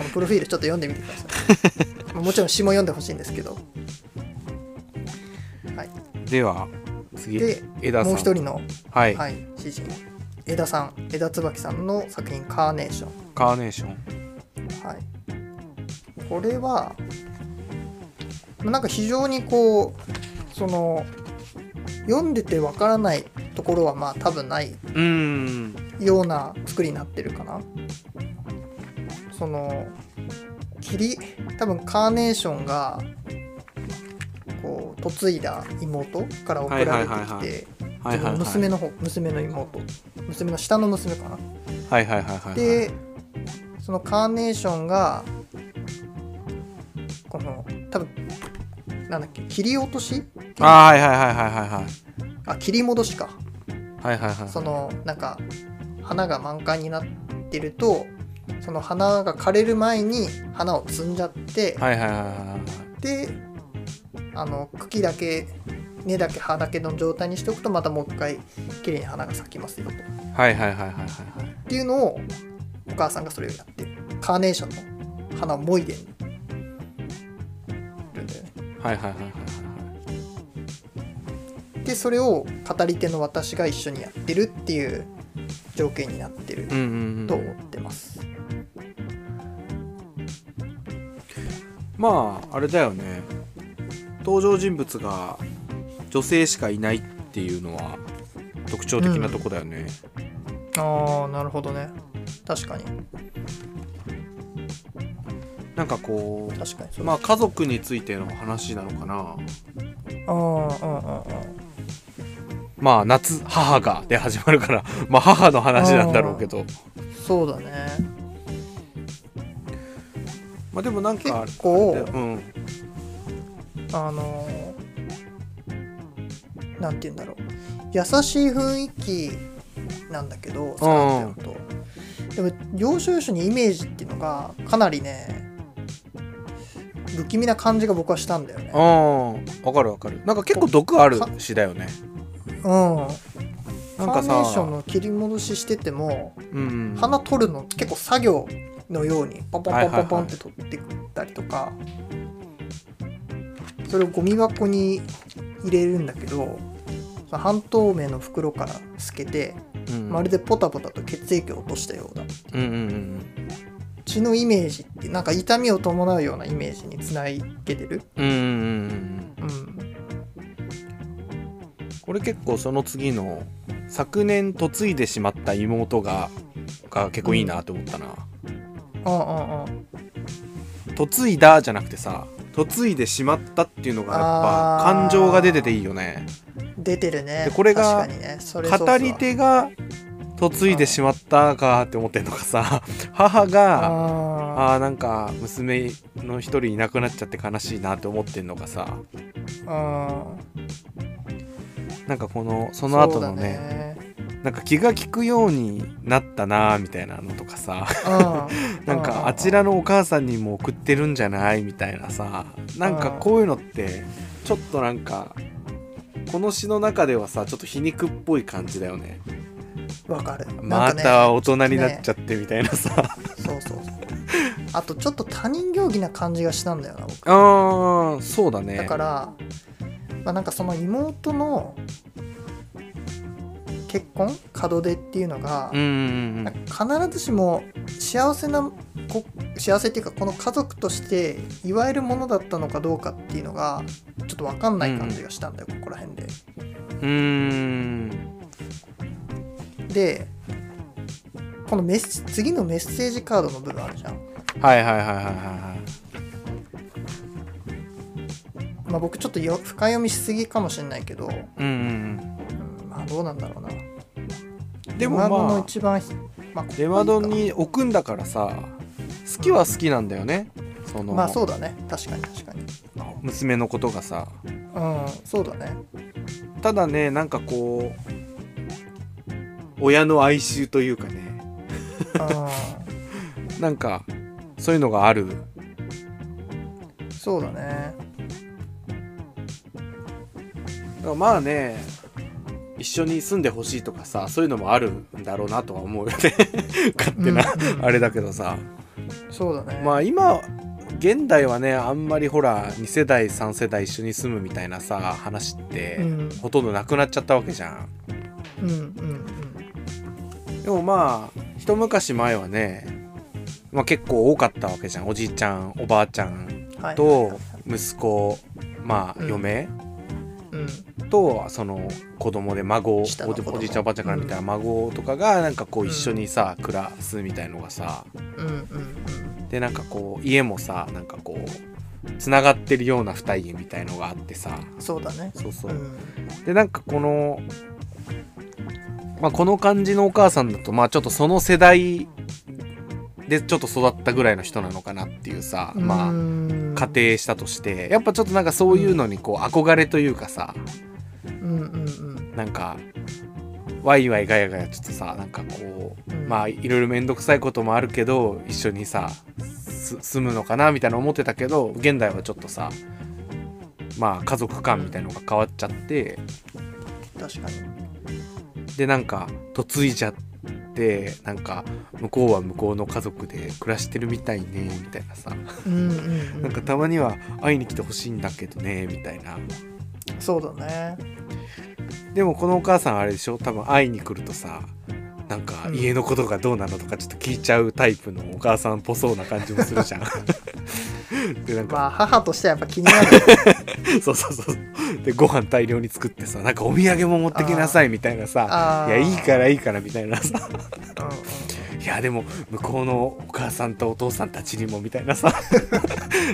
Speaker 1: のプロフィールちょっと読んでみてくださいもちろん詩も読んでほしいんですけどはい
Speaker 2: では次
Speaker 1: で
Speaker 2: 枝さん
Speaker 1: もう一人の、
Speaker 2: はい、
Speaker 1: はい、詩人枝さん枝椿さんの作品「カーネーション」
Speaker 2: カーネーション
Speaker 1: はい、これはまあなんか非常にこうその読んでてわからないところはまあ多分ないう
Speaker 2: ーん
Speaker 1: ような作りになってるかなその霧多分カーネーションがこう嫁いだ妹から送られて
Speaker 2: はい
Speaker 1: き
Speaker 2: はいはいはい
Speaker 1: て
Speaker 2: はい
Speaker 1: そ
Speaker 2: はいは
Speaker 1: の
Speaker 2: い
Speaker 1: 娘の方娘の妹娘の下の娘かな
Speaker 2: はいはいはいはい
Speaker 1: でそのカーネーションがこの多分なんだっけ切り落とし
Speaker 2: あーはいはいはいはいはいはい
Speaker 1: あ切り戻しか
Speaker 2: はいはいはい
Speaker 1: そのなんか花が満開になってるとその花が枯れる前に花を摘んじゃって、
Speaker 2: はいはいはいはい
Speaker 1: であの茎だけ根だけ葉だけの状態にしておくとまたもう一回綺麗に花が咲きますよとっ
Speaker 2: はいはいはいはいはいはい
Speaker 1: ていうのをお母さんがそれをやってるカーネーションの花をもいでるんだよね
Speaker 2: はいはいはいはいはい
Speaker 1: でそれを語り手の私が一緒にやってるっていう条件になってる
Speaker 2: うんうんうん
Speaker 1: と思ってます、
Speaker 2: まああれだよね登場人物が女性しかいないっていうのは特徴的なとこだよね、
Speaker 1: ああなるほどね確かに
Speaker 2: なんかこ
Speaker 1: 確かに
Speaker 2: う
Speaker 1: そう
Speaker 2: まあ家族についての話なのかな
Speaker 1: ああうんうんうん
Speaker 2: まあ夏母がで始まるから [laughs] まあ母の話なんだろうけど
Speaker 1: そうだね
Speaker 2: まあでもなんか
Speaker 1: 結構
Speaker 2: でうん
Speaker 1: あのーなんて言うんだろう優しい雰囲気なんだけどスカーレットとでも要所要所にイメージっていうのがかなりね不気味な感じが僕はしたんだよね
Speaker 2: うんわかるわかるなんか結構毒ある詩だよね
Speaker 1: うんカ
Speaker 2: なん
Speaker 1: ー
Speaker 2: か
Speaker 1: ネーショ
Speaker 2: さ
Speaker 1: ンの切り戻ししてても
Speaker 2: うん
Speaker 1: 花取るの結構作業のようにポンポンポンポンポンって取ってったりとかそれをゴミ箱に入れるんだけどその半透明の袋から透けて
Speaker 2: うん
Speaker 1: まるでポタポタと血液を落としたような
Speaker 2: うんうんうん
Speaker 1: 血のイメージってなんか痛みを伴うようなイメージにつなげてる、
Speaker 2: うんうんうんうん
Speaker 1: うん、
Speaker 2: これ結構その次の昨年嫁いでしまった妹がが結構いいなって思ったな、
Speaker 1: ああああ
Speaker 2: 嫁いだじゃなくてさ嫁いでしまったっていうのがやっぱ
Speaker 1: あー
Speaker 2: 感情が出てていいよね
Speaker 1: 出てるね
Speaker 2: でこれが
Speaker 1: 確かにねそれそうそう
Speaker 2: 語り手が嫁いでしまったかって思ってんのがさ [laughs] 母が
Speaker 1: あ
Speaker 2: あーなんか娘の一人いなくなっちゃって悲しいなって思ってんのがさ
Speaker 1: ーあ
Speaker 2: なんかこのその後のね [laughs] なんか気が利くようになったなーみたいなのとかさなんかあちらのお母さんにも送ってるんじゃないみたいなさなんかこういうのってちょっとなんかこの詩の中ではさちょっと皮肉っぽい感じだよね
Speaker 1: のわかるな
Speaker 2: ま
Speaker 1: んかね
Speaker 2: た大人になっちゃってみたいなさ、
Speaker 1: そうそうそうあとちょっと他人行儀な感じがしたんだよな僕
Speaker 2: あーそうだね
Speaker 1: だから、まあ、なんかその妹の結婚門出っていうのが
Speaker 2: うん、うんうん
Speaker 1: なんか必ずしも幸せなこ幸せっていうかこの家族として祝えるものだったのかどうかっていうのがちょっと分かんない感じがしたんだよ、ここら辺で。
Speaker 2: うーん
Speaker 1: でこのメッセ次のメッセージカードの部分あるじゃん。
Speaker 2: はいはいはいはいはいはい
Speaker 1: まあ、僕ちょっとよ深読みしすぎかもしれないけど、
Speaker 2: うんうん
Speaker 1: うんまあどうなんだろうな。
Speaker 2: うんでも
Speaker 1: レマドの
Speaker 2: まあ
Speaker 1: 一番ひ、まあ、ここいいか
Speaker 2: レ
Speaker 1: な
Speaker 2: マドに置くんだからさ好きは好きなんだよねその、
Speaker 1: まあそうだね確かに確かに
Speaker 2: 娘のことがさ
Speaker 1: うんそうだね
Speaker 2: ただねなんかこう親の哀愁というかね
Speaker 1: う
Speaker 2: なんかそういうのがある
Speaker 1: んそうだね
Speaker 2: だからまあね一緒に住んでほしいとかさそういうのもあるんだろうなとは思うよ
Speaker 1: [laughs]
Speaker 2: ね勝手な、
Speaker 1: うんうん
Speaker 2: あれだけどさ
Speaker 1: そうだね
Speaker 2: まあ今現代はねあんまりほら2世代3世代一緒に住むみたいなさ話って、
Speaker 1: うん
Speaker 2: ほとんどなくなっちゃったわけじゃん
Speaker 1: うんうん
Speaker 2: でもまあ一昔前はね、まあ、結構多かったわけじゃんおじいちゃんおばあちゃん
Speaker 1: うんはい
Speaker 2: と息子まあ
Speaker 1: うん
Speaker 2: 嫁
Speaker 1: うん
Speaker 2: とその子供で孫おじ
Speaker 1: 下の子供
Speaker 2: おじいちゃんおばあちゃんから見たら孫とかがなんかこう一緒にさ、暮らすみたいのがさ
Speaker 1: うんうんうん
Speaker 2: でなんかこう家もさなんかこうつながってるような二重みたいのがあってさ
Speaker 1: そうだね
Speaker 2: そうそうう、
Speaker 1: ん
Speaker 2: でなんかこの、まあ、この感じのお母さんだとまあちょっとその世代でちょっと育ったぐらいの人なのかなっていうさ、まあ
Speaker 1: 家
Speaker 2: 仮定したとしてやっぱちょっとなんかそういうのにこう憧れというかさ
Speaker 1: うんうんうん
Speaker 2: なんかワイワイガヤガヤちょっとさなんかこう
Speaker 1: うん
Speaker 2: まあいろいろ面倒くさいこともあるけど一緒にさす住むのかなみたいな思ってたけど現代はちょっとさまあ家族観みたいのが変わっちゃって。
Speaker 1: 確かに
Speaker 2: でなんか嫁いじゃってなんか向こうは向こうの家族で暮らしてるみたいねみたいなさ
Speaker 1: うんうんうん
Speaker 2: なんかたまには会いに来てほしいんだけどねみたいな
Speaker 1: そうだね
Speaker 2: でもこのお母さんあれでしょ多分会いに来るとさなんか
Speaker 1: うん
Speaker 2: 家のことがどうなのとかちょっと聞いちゃうタイプのお母さんっぽそうな感じもするじゃん。
Speaker 1: [laughs]
Speaker 2: でなんか
Speaker 1: まあ母としてはやっぱ気にな
Speaker 2: [laughs]
Speaker 1: る
Speaker 2: そうそうそうでご飯大量に作ってさなんかお土産も持ってきなさいみたいなさ
Speaker 1: あー
Speaker 2: いやいいからいいからみたいなさ
Speaker 1: うんうん
Speaker 2: いやでも向こうのお母さんとお父さんたちにもみたいな
Speaker 1: [laughs]
Speaker 2: さ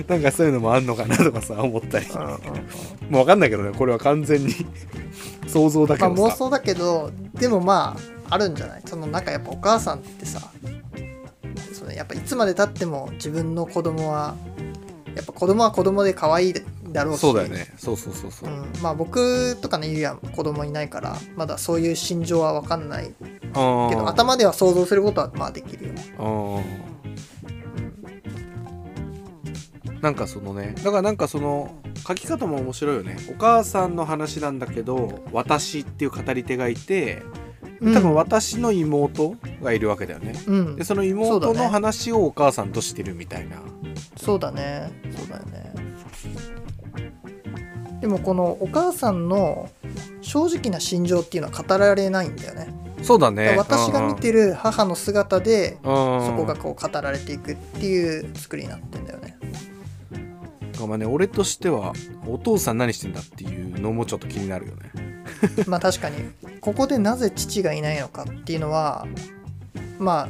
Speaker 2: なんかそういうのもあんのかなとかさ思ったり
Speaker 1: うんうんうん
Speaker 2: もう分かんないけどねこれは完全に想像だけ
Speaker 1: まあ
Speaker 2: ど
Speaker 1: 妄
Speaker 2: さ、
Speaker 1: 想だけどでもまああるんじゃないそのなんかやっぱお母さんってさそのやっぱいつまでたっても自分の子供はやっぱ子供は子供で可愛いだろうし
Speaker 2: そうだよねそうそうそうそうう、
Speaker 1: ん、まあ僕とかねゆうやん子供いないからまだそういう心情は分かんないけ
Speaker 2: あー
Speaker 1: ど頭では想像することはまあできるよね
Speaker 2: あーなんかそのねだからなんかその書き方も面白いよねお母さんの話なんだけど「私」っていう語り手がいて
Speaker 1: うん
Speaker 2: 多分私の妹がいるわけだよね、
Speaker 1: うん
Speaker 2: でその
Speaker 1: そ
Speaker 2: 妹
Speaker 1: うだ
Speaker 2: の
Speaker 1: ね
Speaker 2: 話をお母さんとしてるみたいな、
Speaker 1: そうだねそうだよねでもこのお母さんの正直な心情っていうのは語られないんだよね
Speaker 2: そうだ
Speaker 1: だ
Speaker 2: ね
Speaker 1: から私が見てる母の姿で
Speaker 2: うんうん
Speaker 1: そこがこう語られていくっていう作りになってんだよね [laughs]
Speaker 2: うんまあね俺としてはお父さん何してんだっていうのもちょっと気になるよね
Speaker 1: まあ確かにここでなぜ父がいないのかっていうのはまあ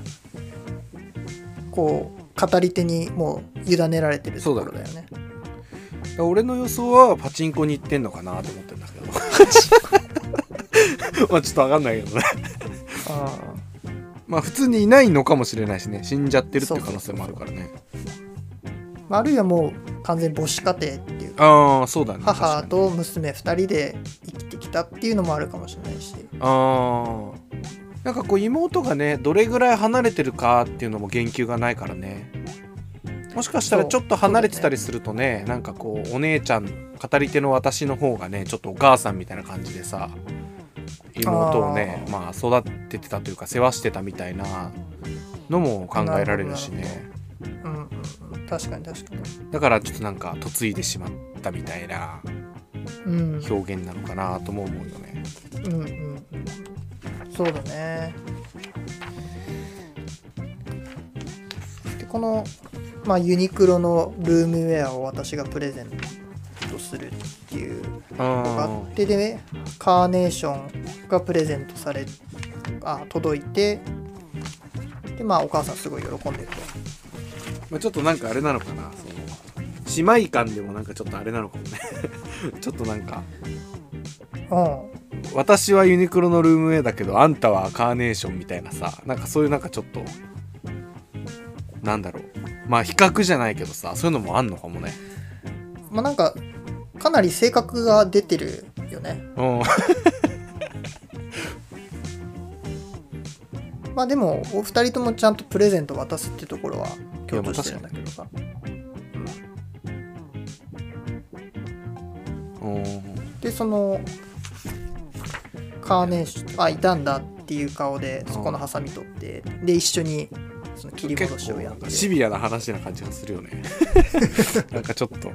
Speaker 1: こう語り手にもう委ねられてるところだよね
Speaker 2: だから俺の予想はパチンコに行ってんのかなと思ってんだけ [laughs] どまあちょっと分かんないけどね
Speaker 1: あ
Speaker 2: まあ普通にいないのかもしれないしね死んじゃってるっていう可能性もあるからね
Speaker 1: あまああるいはもう完全に母子家庭っていう
Speaker 2: ああそうだね
Speaker 1: 母と娘2人で生きてきたっていうのもあるかもしれないし
Speaker 2: 確かにああなんかこう妹がねどれぐらい離れてるかっていうのも言及がないからねもしかしたら
Speaker 1: そう
Speaker 2: ちょっと離れてたりするとねなんかこうお姉ちゃん語り手の私の方がねちょっとお母さんみたいな感じでさ妹をね
Speaker 1: あー
Speaker 2: まあ育ててたというか世話してたみたいなのも考えられるし
Speaker 1: なる
Speaker 2: ね
Speaker 1: うんうんうん確かに確かに
Speaker 2: だからちょっとなんか嫁いでしまったみたいな
Speaker 1: うん
Speaker 2: 表現なのかなとも思うよね。
Speaker 1: うんうんうんそうだねでこの、まあ、ユニクロのルームウェアを私がプレゼントするっていうのがあ
Speaker 2: あ
Speaker 1: ってで、カーネーションがプレゼントされあ届いてでまあお母さんすごい喜んでる
Speaker 2: まあ、ちょっとなんかあれなのかなその姉妹感でもなんかちょっとあれなのかもね [laughs] ちょっとなんか
Speaker 1: とうん
Speaker 2: 私はユニクロのルームウェイだけどあんたはカーネーションみたいなさなんかそういうなんかちょっとなんだろうまあ比較じゃないけどさそういうのもあんのかもね
Speaker 1: まあなんかかなり性格が出てるよね
Speaker 2: うん
Speaker 1: まあでもお二人ともちゃんとプレゼント渡すってところは共通してるんだけどさ
Speaker 2: うん
Speaker 1: でそのカーネーションあいたんだっていう顔でそこのハサミ取ってで一緒にその切り戻
Speaker 2: 結
Speaker 1: しを
Speaker 2: 構
Speaker 1: や
Speaker 2: な
Speaker 1: っ
Speaker 2: ん
Speaker 1: て
Speaker 2: かシビアな話な感じがするよね [laughs] なんかちょっと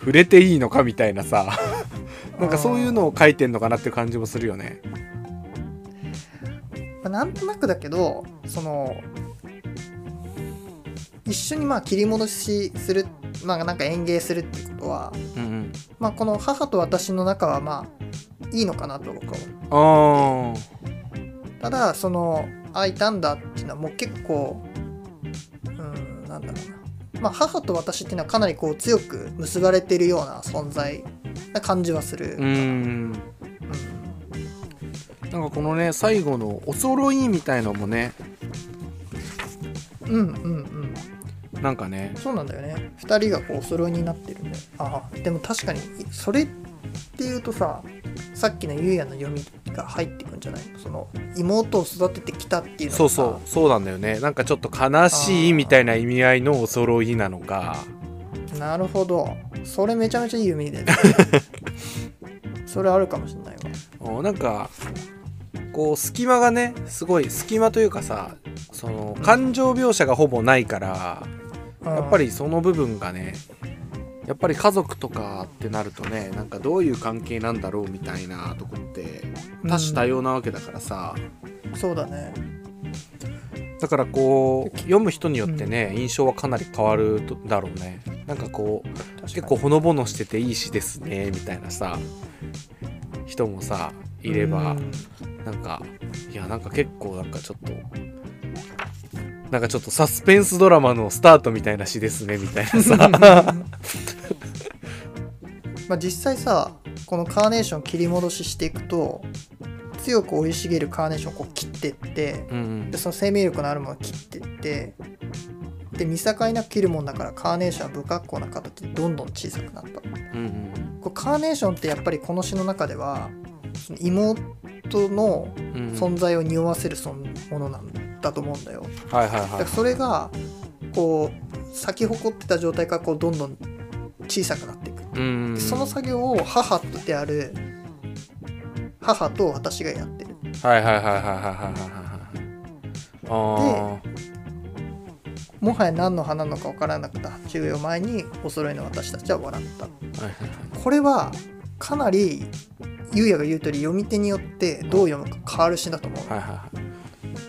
Speaker 2: 触れていいのかみたいなさ [laughs] なんかそういうのを書いてんのかなっていう感じもするよね
Speaker 1: まあなんとなくだけどその一緒にまあ切り戻しするまあなんか園芸するっていうことは
Speaker 2: うん
Speaker 1: まあ、この母と私の中はまあいいのかなと僕は思う
Speaker 2: あ
Speaker 1: ただそのあいたんだっていうのはもう結構うんなんだろうな、まあ、母と私っていうのはかなりこう強く結ばれてるような存在な感じはする、
Speaker 2: ーうんなんかこのね最後のお揃いみたいのもね
Speaker 1: うん、うんうんうん
Speaker 2: なんかね
Speaker 1: そうなんだよね2人がこうお揃いになってるんでああでも確かにそれっていうとささっきのゆうやの読みが入ってくんじゃないその妹を育ててきたっていうのが
Speaker 2: そうそうそうなんだよねなんかちょっと悲しいみたいな意味合いのお揃いなのか
Speaker 1: うなるほどそれめちゃめちゃいい読み
Speaker 2: [laughs]
Speaker 1: でそれあるかもしんないわ
Speaker 2: おなんかこう隙間がねすごい隙間というかさその感情描写がほぼないから
Speaker 1: うん
Speaker 2: やっぱりその部分がねやっぱり家族とかってなるとねなんかどういう関係なんだろうみたいなとこって多種多様なわけだからさ、
Speaker 1: そうだね
Speaker 2: だからこう読む人によってね、印象はかなり変わるとだろうねなんかこう
Speaker 1: 確かに
Speaker 2: 結構ほのぼのしてていい詩ですねみたいなさ人もさいれば
Speaker 1: うん
Speaker 2: なんかいやなんか結構なんかちょっとなんかちょっとサスペンスドラマのスタートみたいな詩ですねみたいなさ
Speaker 1: まあ実際さこのカーネーション切り戻ししていくと強く生い茂るカーネーションをこう切ってって
Speaker 2: うん
Speaker 1: でその生命力のあるものを切ってってで見境なく切るもんだからカーネーションは不格好な形でどんどん小さくなった
Speaker 2: うん
Speaker 1: これカーネーションってやっぱりこの詩の中ではその妹の
Speaker 2: うんうん
Speaker 1: 存在を匂わせるそのものなんだと思うんだよ
Speaker 2: はいはい
Speaker 1: だ
Speaker 2: は
Speaker 1: からそれがこう咲き誇ってた状態からこうどんどん小さくなっていく
Speaker 2: いうん
Speaker 1: でその作業を母である母と私がやってる
Speaker 2: はいはいはいはいはいはいはいはいあー
Speaker 1: もはや何の花なのか分からなくた鉢植えを前にお揃いの私たちは笑った
Speaker 2: はいはいはい
Speaker 1: これはかなりゆうやが言う通り読み手によってどう読むか変わる詩だと思う、
Speaker 2: はいはいはい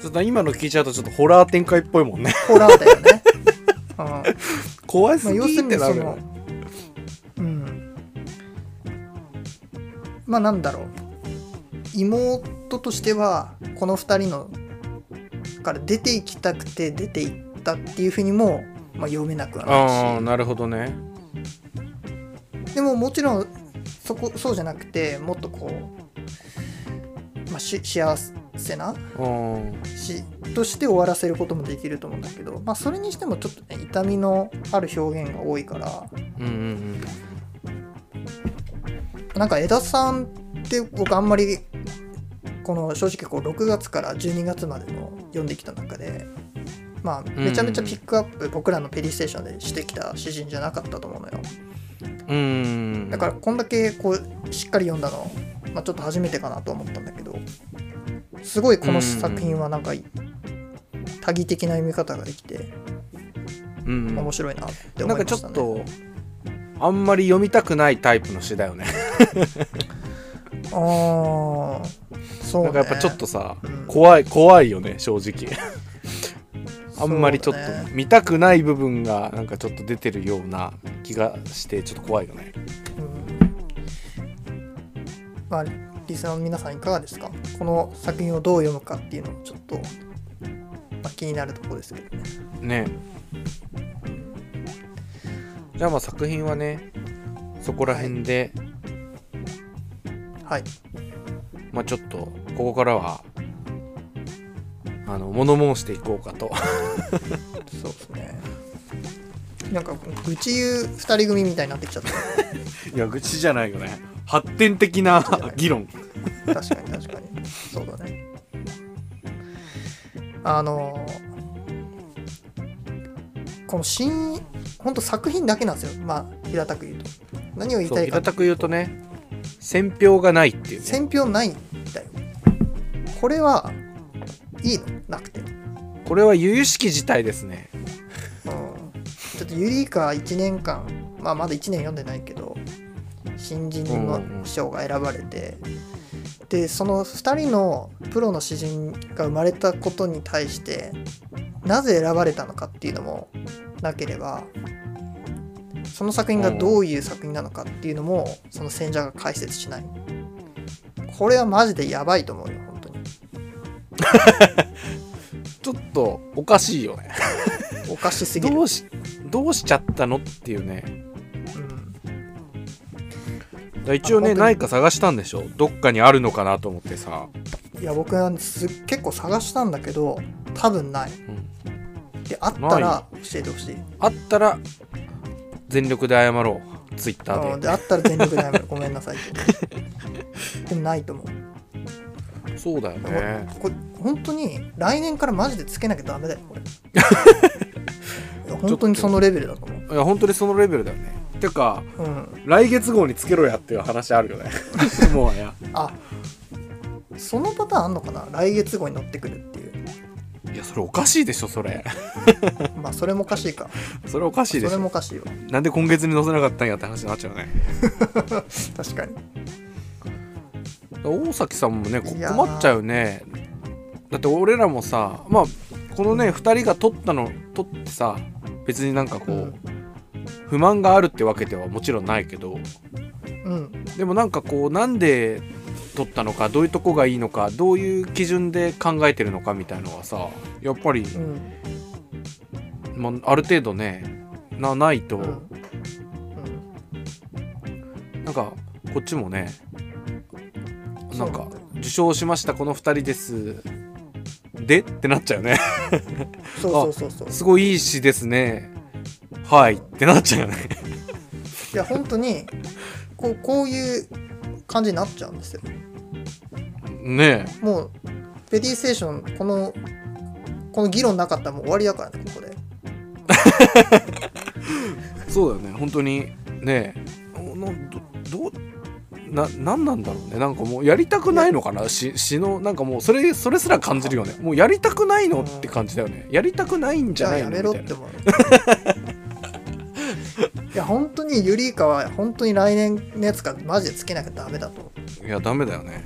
Speaker 2: ちょっと今の聞いちゃうとちょっとホラー展開っぽいもんね
Speaker 1: ホラーだよ
Speaker 2: [laughs]
Speaker 1: ね、うんま
Speaker 2: 怖す
Speaker 1: あ、
Speaker 2: ぎ
Speaker 1: 要する
Speaker 2: ーって
Speaker 1: に
Speaker 2: な
Speaker 1: そ
Speaker 2: るよ
Speaker 1: の
Speaker 2: ね
Speaker 1: うんまあなんだろう妹としてはこの2人のから出ていきたくて出ていったっていうふうにも、まあ、読めなくは
Speaker 2: あ
Speaker 1: な
Speaker 2: あなるほどね
Speaker 1: いしでももちろんそこそうじゃなくてもっとこう、まあ、し幸せな
Speaker 2: うん
Speaker 1: 詩として終わらせることもできると思うんだけど、まあ、それにしてもちょっとね痛みのある表現が多いから
Speaker 2: うんうん
Speaker 1: なんか枝さんって僕あんまりこの正直こう6月から12月までの読んできた中でまあめちゃめちゃピックアップ僕らのペリステーションでしてきた詩人じゃなかったと思うのよ
Speaker 2: うんうん
Speaker 1: だからこんだけこうしっかり読んだの、まあ、ちょっと初めてかなと思ったんだけどすごいこの作品はなんか多義的な読み方ができて
Speaker 2: うんうん
Speaker 1: 面白いなって
Speaker 2: な
Speaker 1: 思
Speaker 2: ん
Speaker 1: いま
Speaker 2: かちょっ
Speaker 1: したね、
Speaker 2: とあんまり読みたくないタイプの詩だよね
Speaker 1: ああそう、
Speaker 2: な
Speaker 1: ね、
Speaker 2: んかやっぱちょっとさ、
Speaker 1: うん
Speaker 2: 怖い怖いよね
Speaker 1: [laughs]
Speaker 2: 正直あんまりちょっと
Speaker 1: そうだね
Speaker 2: 見たくない部分がなんかちょっと出てるような気がしてちょっと怖いよね
Speaker 1: うんまあ、リスナーの皆さんいかがですかこの作品をどう読むかっていうのもちょっと、まあ、気になるところですけどね。
Speaker 2: ねじゃあまあ作品はねそこら辺で、
Speaker 1: はい。
Speaker 2: まあちょっとここからはあの物申していこうかと
Speaker 1: そうですね。なんか、愚痴言う2人組みた [laughs] いになってきちゃっ
Speaker 2: いや愚痴じゃないよね発展的な議論
Speaker 1: た。確かに確かに。そうだね。あのこの新、本当作品だけなんですよ。まあ、平たく言うと。何を言い
Speaker 2: そ
Speaker 1: た
Speaker 2: う
Speaker 1: いか
Speaker 2: 平
Speaker 1: って
Speaker 2: たく言うとね選票がないっていうね
Speaker 1: 選票ないんだよこれはいいのなくて、うん、
Speaker 2: これは由々しき事態ですね
Speaker 1: ちょっとユリカ1年間、まあ、まだ1年読んでないけど新人の賞が選ばれて、でその2人のプロの詩人が生まれたことに対してなぜ選ばれたのかっていうのもなければその作品がどういう作品なのかっていうのもその選者が解説しないこれはマジでやばいと思うよ本当に
Speaker 2: ちょっとおかしいよね
Speaker 1: おかしすぎる
Speaker 2: どうしどうしちゃったのっていうね
Speaker 1: うん
Speaker 2: だから一応ね
Speaker 1: あ本当に
Speaker 2: ないか探したんでしょどっかにあるのかなと思ってさ、
Speaker 1: いや僕はす結構探したんだけど多分ない
Speaker 2: うん
Speaker 1: であったら教えてほしい
Speaker 2: あったら全力で謝ろうツイッタ
Speaker 1: あ
Speaker 2: ー
Speaker 1: ー
Speaker 2: で
Speaker 1: であったら全力で謝るごめんなさい [laughs] ってでもないと思う
Speaker 2: そうだよ
Speaker 1: だから
Speaker 2: ね
Speaker 1: これ本当に来年からマジでつけなきゃダメだよ [laughs] これいや本当にそのレベルだと思う
Speaker 2: いや本当にそのレベルだよねてか
Speaker 1: うん
Speaker 2: 来月号につけろやっていう話ある
Speaker 1: [laughs]
Speaker 2: よねもうや
Speaker 1: あそのパターンあんのかな来月号に乗ってくるっていう
Speaker 2: いやそれおかしいでしょそれ
Speaker 1: まあそれもおかしい [laughs] か
Speaker 2: それおかしい
Speaker 1: そ
Speaker 2: でし
Speaker 1: れ
Speaker 2: ょ
Speaker 1: もおかしいわ
Speaker 2: なんで今月に載せなかったんやって話になっちゃうね
Speaker 1: 確かに
Speaker 2: 大崎さんもねこ
Speaker 1: いやー
Speaker 2: 困っちゃうよねだって俺らもさまあこのね2人が撮ったの撮ってさ別になんかこう、
Speaker 1: うん
Speaker 2: 不満があるってわけではもちろんないけど
Speaker 1: うん
Speaker 2: でもなんかこうなんで撮ったのかどういうとこがいいのかどういう基準で考えてるのかみたいのはさやっぱり、
Speaker 1: うん
Speaker 2: まあ、ある程度ねなないと、
Speaker 1: うんうん
Speaker 2: なんかこっちもねな
Speaker 1: そ
Speaker 2: んか
Speaker 1: うなんだよ
Speaker 2: 受賞しましたこの2人ですでってなっちゃうよね
Speaker 1: そうそうそうそう
Speaker 2: すごいいい詩ですねはいってなっち
Speaker 1: [laughs]
Speaker 2: ゃうよね
Speaker 1: いや本当にこうこういう感じになっちゃうんですよ
Speaker 2: ね
Speaker 1: もうペディステーションこのこの議論なかったらもう終わりだからねここで
Speaker 2: えそうだよね本当にねえこのどどな何なんだろうねなんかもうやりたくないのかな詩詩のなんかもうそれそれすら感じるよねもうやりたくないのって感じだよねやりたくないんじ
Speaker 1: じ
Speaker 2: ゃ
Speaker 1: ゃあ
Speaker 2: ないの
Speaker 1: やめろっ
Speaker 2: みたい
Speaker 1: て
Speaker 2: な
Speaker 1: 思う [laughs] いや本当にユリイカは本当に来年のやつからマジでつけなきゃダメだと思
Speaker 2: いやダメだよね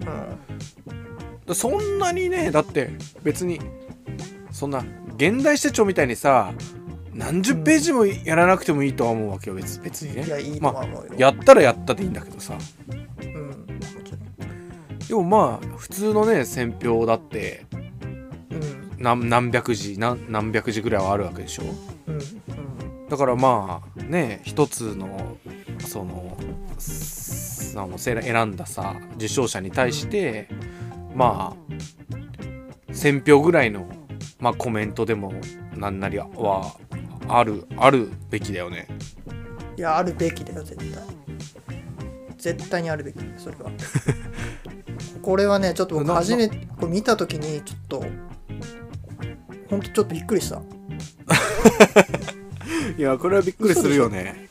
Speaker 1: う、うん、
Speaker 2: だそんなにねだって別にそんな現代史手帳みたいにさ何十ページもやらなくてもいいとは思うわけよ別別にね
Speaker 1: いやいいと
Speaker 2: ま
Speaker 1: は
Speaker 2: あ
Speaker 1: 思うよ、
Speaker 2: やったらやったでいいんだけどさ
Speaker 1: うんもち
Speaker 2: でもまあ普通のね選票だって
Speaker 1: ろんうん
Speaker 2: 何何百字何何百字ぐらいはあるわけでしょ
Speaker 1: うん
Speaker 2: だからまあね一つのそのすあのせら選んださ受賞者に対して、まあ1,000票ぐらいの、まあ、コメントでもなんなりはあるあるべきだよね。
Speaker 1: うんいやあるべきだよ絶対絶対にあるべきそれは [laughs] これはねちょっと僕
Speaker 2: な
Speaker 1: 初めてこれ見た時にちょっとほんとちょっとびっくりした、うん、
Speaker 2: いやこれはびっくりするよね。
Speaker 1: い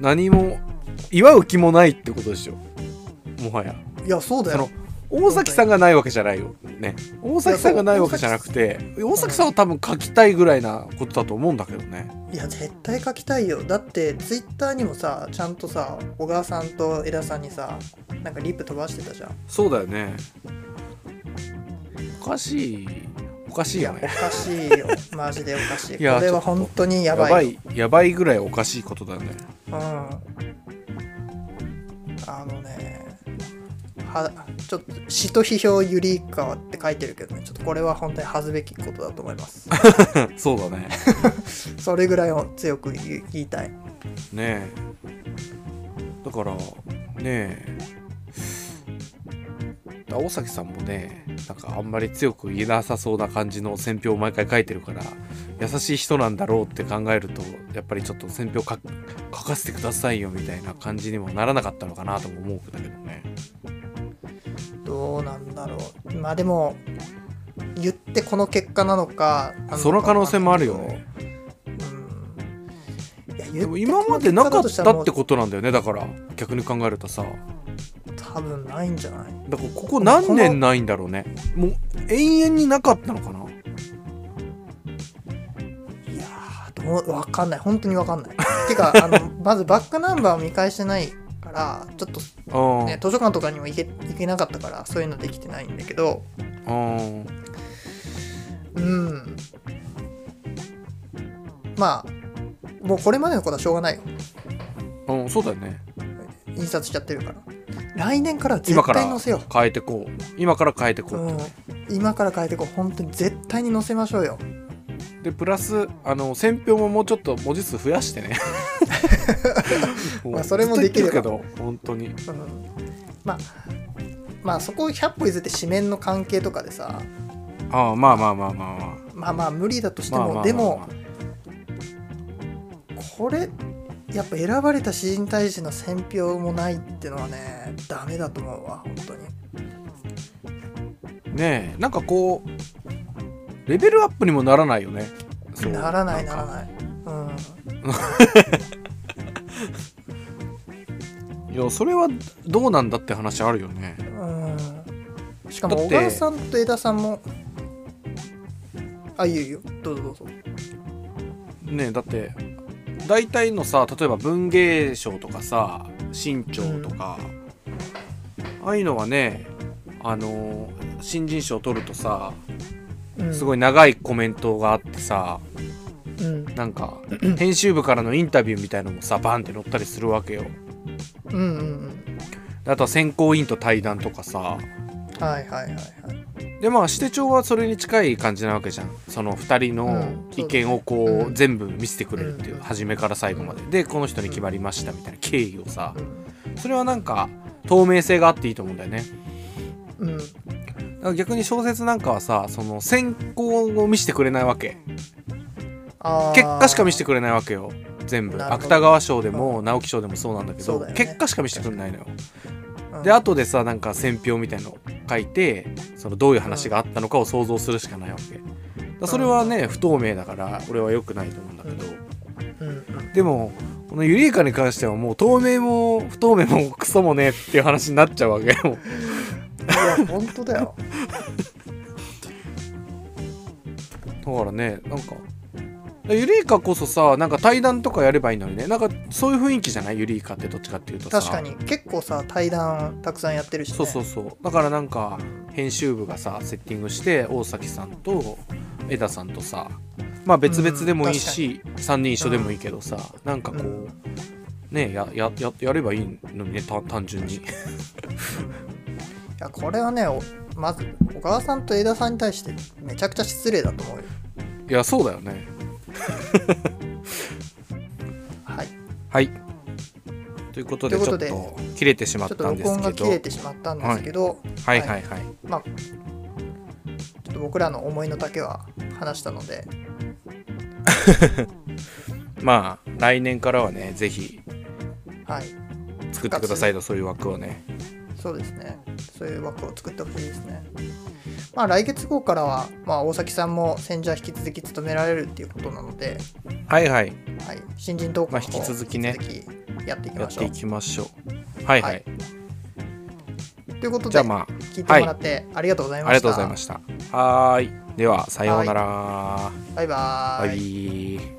Speaker 2: 何も祝う気もないってことでしょもはや。
Speaker 1: やそうだ
Speaker 2: そ
Speaker 1: よ
Speaker 2: の大崎さんがないわけじゃないよね大崎さんがないわけじゃなくて大崎さんは多分書きたいぐらいなことだと思うんだけどね。
Speaker 1: いや絶対書きたいよだってツイッターにもさちゃんとさ小川さんと江田さんにさなんかリップ飛ばしてたじゃん
Speaker 2: そうだよねおかしいおかしいよ
Speaker 1: お
Speaker 2: ね
Speaker 1: かしい
Speaker 2: [laughs]
Speaker 1: よマジでおかしい
Speaker 2: いや
Speaker 1: これは
Speaker 2: ちょっと
Speaker 1: 本当にや
Speaker 2: や
Speaker 1: ばい
Speaker 2: ばいやばいぐらいおかしいことだよね
Speaker 1: うんあのねはちょっと「詩と批評ゆりかわ」って書いてるけどねちょっとこれは本当に恥ずべきことだと思います
Speaker 2: [laughs] [laughs] そうだね
Speaker 1: それぐらいを強く言い言いたい
Speaker 2: ねえだからねえ大崎さんもねなんかあんまり強く言えなさそうな感じの選票を毎回書いてるから優しい人なんだろうって考えるとやっぱりちょっと選票書書かせてくださいよみたいな感じにもならなかったのかなとも思うんだけどね
Speaker 1: どうなんだろうまあでも言ってこの結果なのかなのか
Speaker 2: その可能性もあるよ
Speaker 1: わかんない
Speaker 2: ね
Speaker 1: けどうんいや言
Speaker 2: でも今
Speaker 1: こ
Speaker 2: ま
Speaker 1: の
Speaker 2: で
Speaker 1: 結
Speaker 2: な
Speaker 1: 果
Speaker 2: か
Speaker 1: だ
Speaker 2: っ
Speaker 1: とした
Speaker 2: た
Speaker 1: らも
Speaker 2: っ
Speaker 1: う
Speaker 2: てことなんだよねだから逆に考えるとさだか
Speaker 1: 多分ないんじゃない
Speaker 2: らここ何年ないんだろうねもう永遠になかったのかない
Speaker 1: やーどうわかんない本当にわかんないてかあの [laughs] まずバックナンバーを見返してないからちょっと
Speaker 2: あ
Speaker 1: ね、図書館とかにも行け行けなかったからそういうのできてないんだけど
Speaker 2: あ
Speaker 1: うんまあもうこれまでのことはしょうがないよ
Speaker 2: うんそうだよね
Speaker 1: 印刷しちゃってるから来年からは
Speaker 2: 今
Speaker 1: 絶
Speaker 2: から
Speaker 1: 対載せよ
Speaker 2: 変えてこう今から変えて
Speaker 1: う、
Speaker 2: こう、
Speaker 1: うん、今から変えてこう本当に絶対に載せましょうよ
Speaker 2: でプラスあの選票ももうちょっと文字数増やしてね
Speaker 1: [laughs]
Speaker 2: う
Speaker 1: まあそれもできれば
Speaker 2: ずっと言ってるけど本当に
Speaker 1: うんまあまあそこを100歩譲って紙面の関係とかでさ
Speaker 2: ああまあまあまあまあまあ
Speaker 1: まあまあ無理だとして
Speaker 2: まあまあま
Speaker 1: も
Speaker 2: あまあ
Speaker 1: でもこれやっぱ選ばれた詩人に対しての選票もないってのはねダメだと思うわ本当に
Speaker 2: ねえなんかこうレベルアップにもならないよねそう
Speaker 1: ならない
Speaker 2: ん
Speaker 1: な
Speaker 2: から
Speaker 1: ないうん
Speaker 2: いやそれはどうなんだって話あるよね
Speaker 1: うんしか
Speaker 2: だ
Speaker 1: も
Speaker 2: っ
Speaker 1: 小
Speaker 2: て
Speaker 1: 川さんと江田さんもあいいよいいよどうぞどうぞ
Speaker 2: ねえだって大体のさ例えば文芸賞とかさ新潮とか、ああいうのはねあの新人賞取るとさ
Speaker 1: うん
Speaker 2: すごい長いコメントがあってさ
Speaker 1: うん
Speaker 2: な
Speaker 1: [clears throat]
Speaker 2: んか編集部からのインタビューみたいのもさバンって載ったりするわけよ
Speaker 1: うんうん
Speaker 2: あとは選考委員と対談とかさ
Speaker 1: うんはいはいはいはい
Speaker 2: でまあ支店長はそれに近い感じなわけじゃんその2人の意見をこう、
Speaker 1: うん
Speaker 2: 全部見せてくれるっていう、
Speaker 1: うん
Speaker 2: 初めから最後まででこの人に決まりましたみたいな経緯をさ
Speaker 1: う
Speaker 2: それはなんか透明性があっていいと思うんだよね
Speaker 1: んうん
Speaker 2: だから逆に小説なんかはさその選考を見せてくれないわけ
Speaker 1: あー
Speaker 2: 結果しか見せてくれないわけよ全部
Speaker 1: なるほど
Speaker 2: 芥川賞でも直木賞でもそうなんだけ
Speaker 1: そ
Speaker 2: ど
Speaker 1: うだよね
Speaker 2: 結果しか見せてくれないのよ
Speaker 1: うん
Speaker 2: で後でさなんか選評みたいの書いてそのどういう話があったのかを想像するしかないわけだからそれはね不透明だから俺は良くないと思うんだけど
Speaker 1: うんうん
Speaker 2: でもこのユリイカに関してはもう透明も不透明もクソもねっていう話になっちゃうわけよ
Speaker 1: いや本当だ
Speaker 2: [laughs]
Speaker 1: よ
Speaker 2: だからねなんかユリイカこそさなんか対談とかやればいいのにねなんかそういう雰囲気じゃないユリイカってどっちかっていうとさ
Speaker 1: 確かに結構さ対談たくさんやってるし、ね、
Speaker 2: そうそうそうだからなんか編集部がさセッティングして大崎さんと江田さんとさまあ別々でもいいし、3人一緒でもいいけどさ、なんかこう、
Speaker 1: うん
Speaker 2: ねややややればいいのにねた単純に
Speaker 1: いやこれはねおまず小川さんと江田さんに対してめちゃくちゃ失礼だと思うよ
Speaker 2: いやそうだよね
Speaker 1: はいち
Speaker 2: はいということで
Speaker 1: という
Speaker 2: ち
Speaker 1: こ
Speaker 2: ょ
Speaker 1: と
Speaker 2: っ
Speaker 1: で
Speaker 2: と切れてしま
Speaker 1: ょ
Speaker 2: っ
Speaker 1: っと
Speaker 2: たんで
Speaker 1: 録
Speaker 2: す
Speaker 1: 音が切
Speaker 2: けど
Speaker 1: れてしまったんですけど、
Speaker 2: はいはいはい
Speaker 1: まあちょっと僕らの思いの丈は話したので
Speaker 2: まあ来年からはねぜひ
Speaker 1: はい
Speaker 2: 作ってくださいとそういう枠をね
Speaker 1: そうですねそういう枠を作ってほしいですねまあ来月号からは、まあ、大崎さんも選者引き続き務められるっていうことなので、
Speaker 2: はいは
Speaker 1: は
Speaker 2: い
Speaker 1: い、新人投稿
Speaker 2: ま
Speaker 1: も
Speaker 2: あ引き続きね
Speaker 1: 引き続きやっていき
Speaker 2: や
Speaker 1: ま
Speaker 2: っ
Speaker 1: しょ
Speaker 2: て
Speaker 1: う
Speaker 2: いきましょうはいはい、
Speaker 1: はいということ
Speaker 2: じゃ
Speaker 1: で、
Speaker 2: あまあ
Speaker 1: 聞いてもらってありがとうございま
Speaker 2: ありが
Speaker 1: した、
Speaker 2: とうございました。はーい。では、さようなら。
Speaker 1: バイバー
Speaker 2: バイ。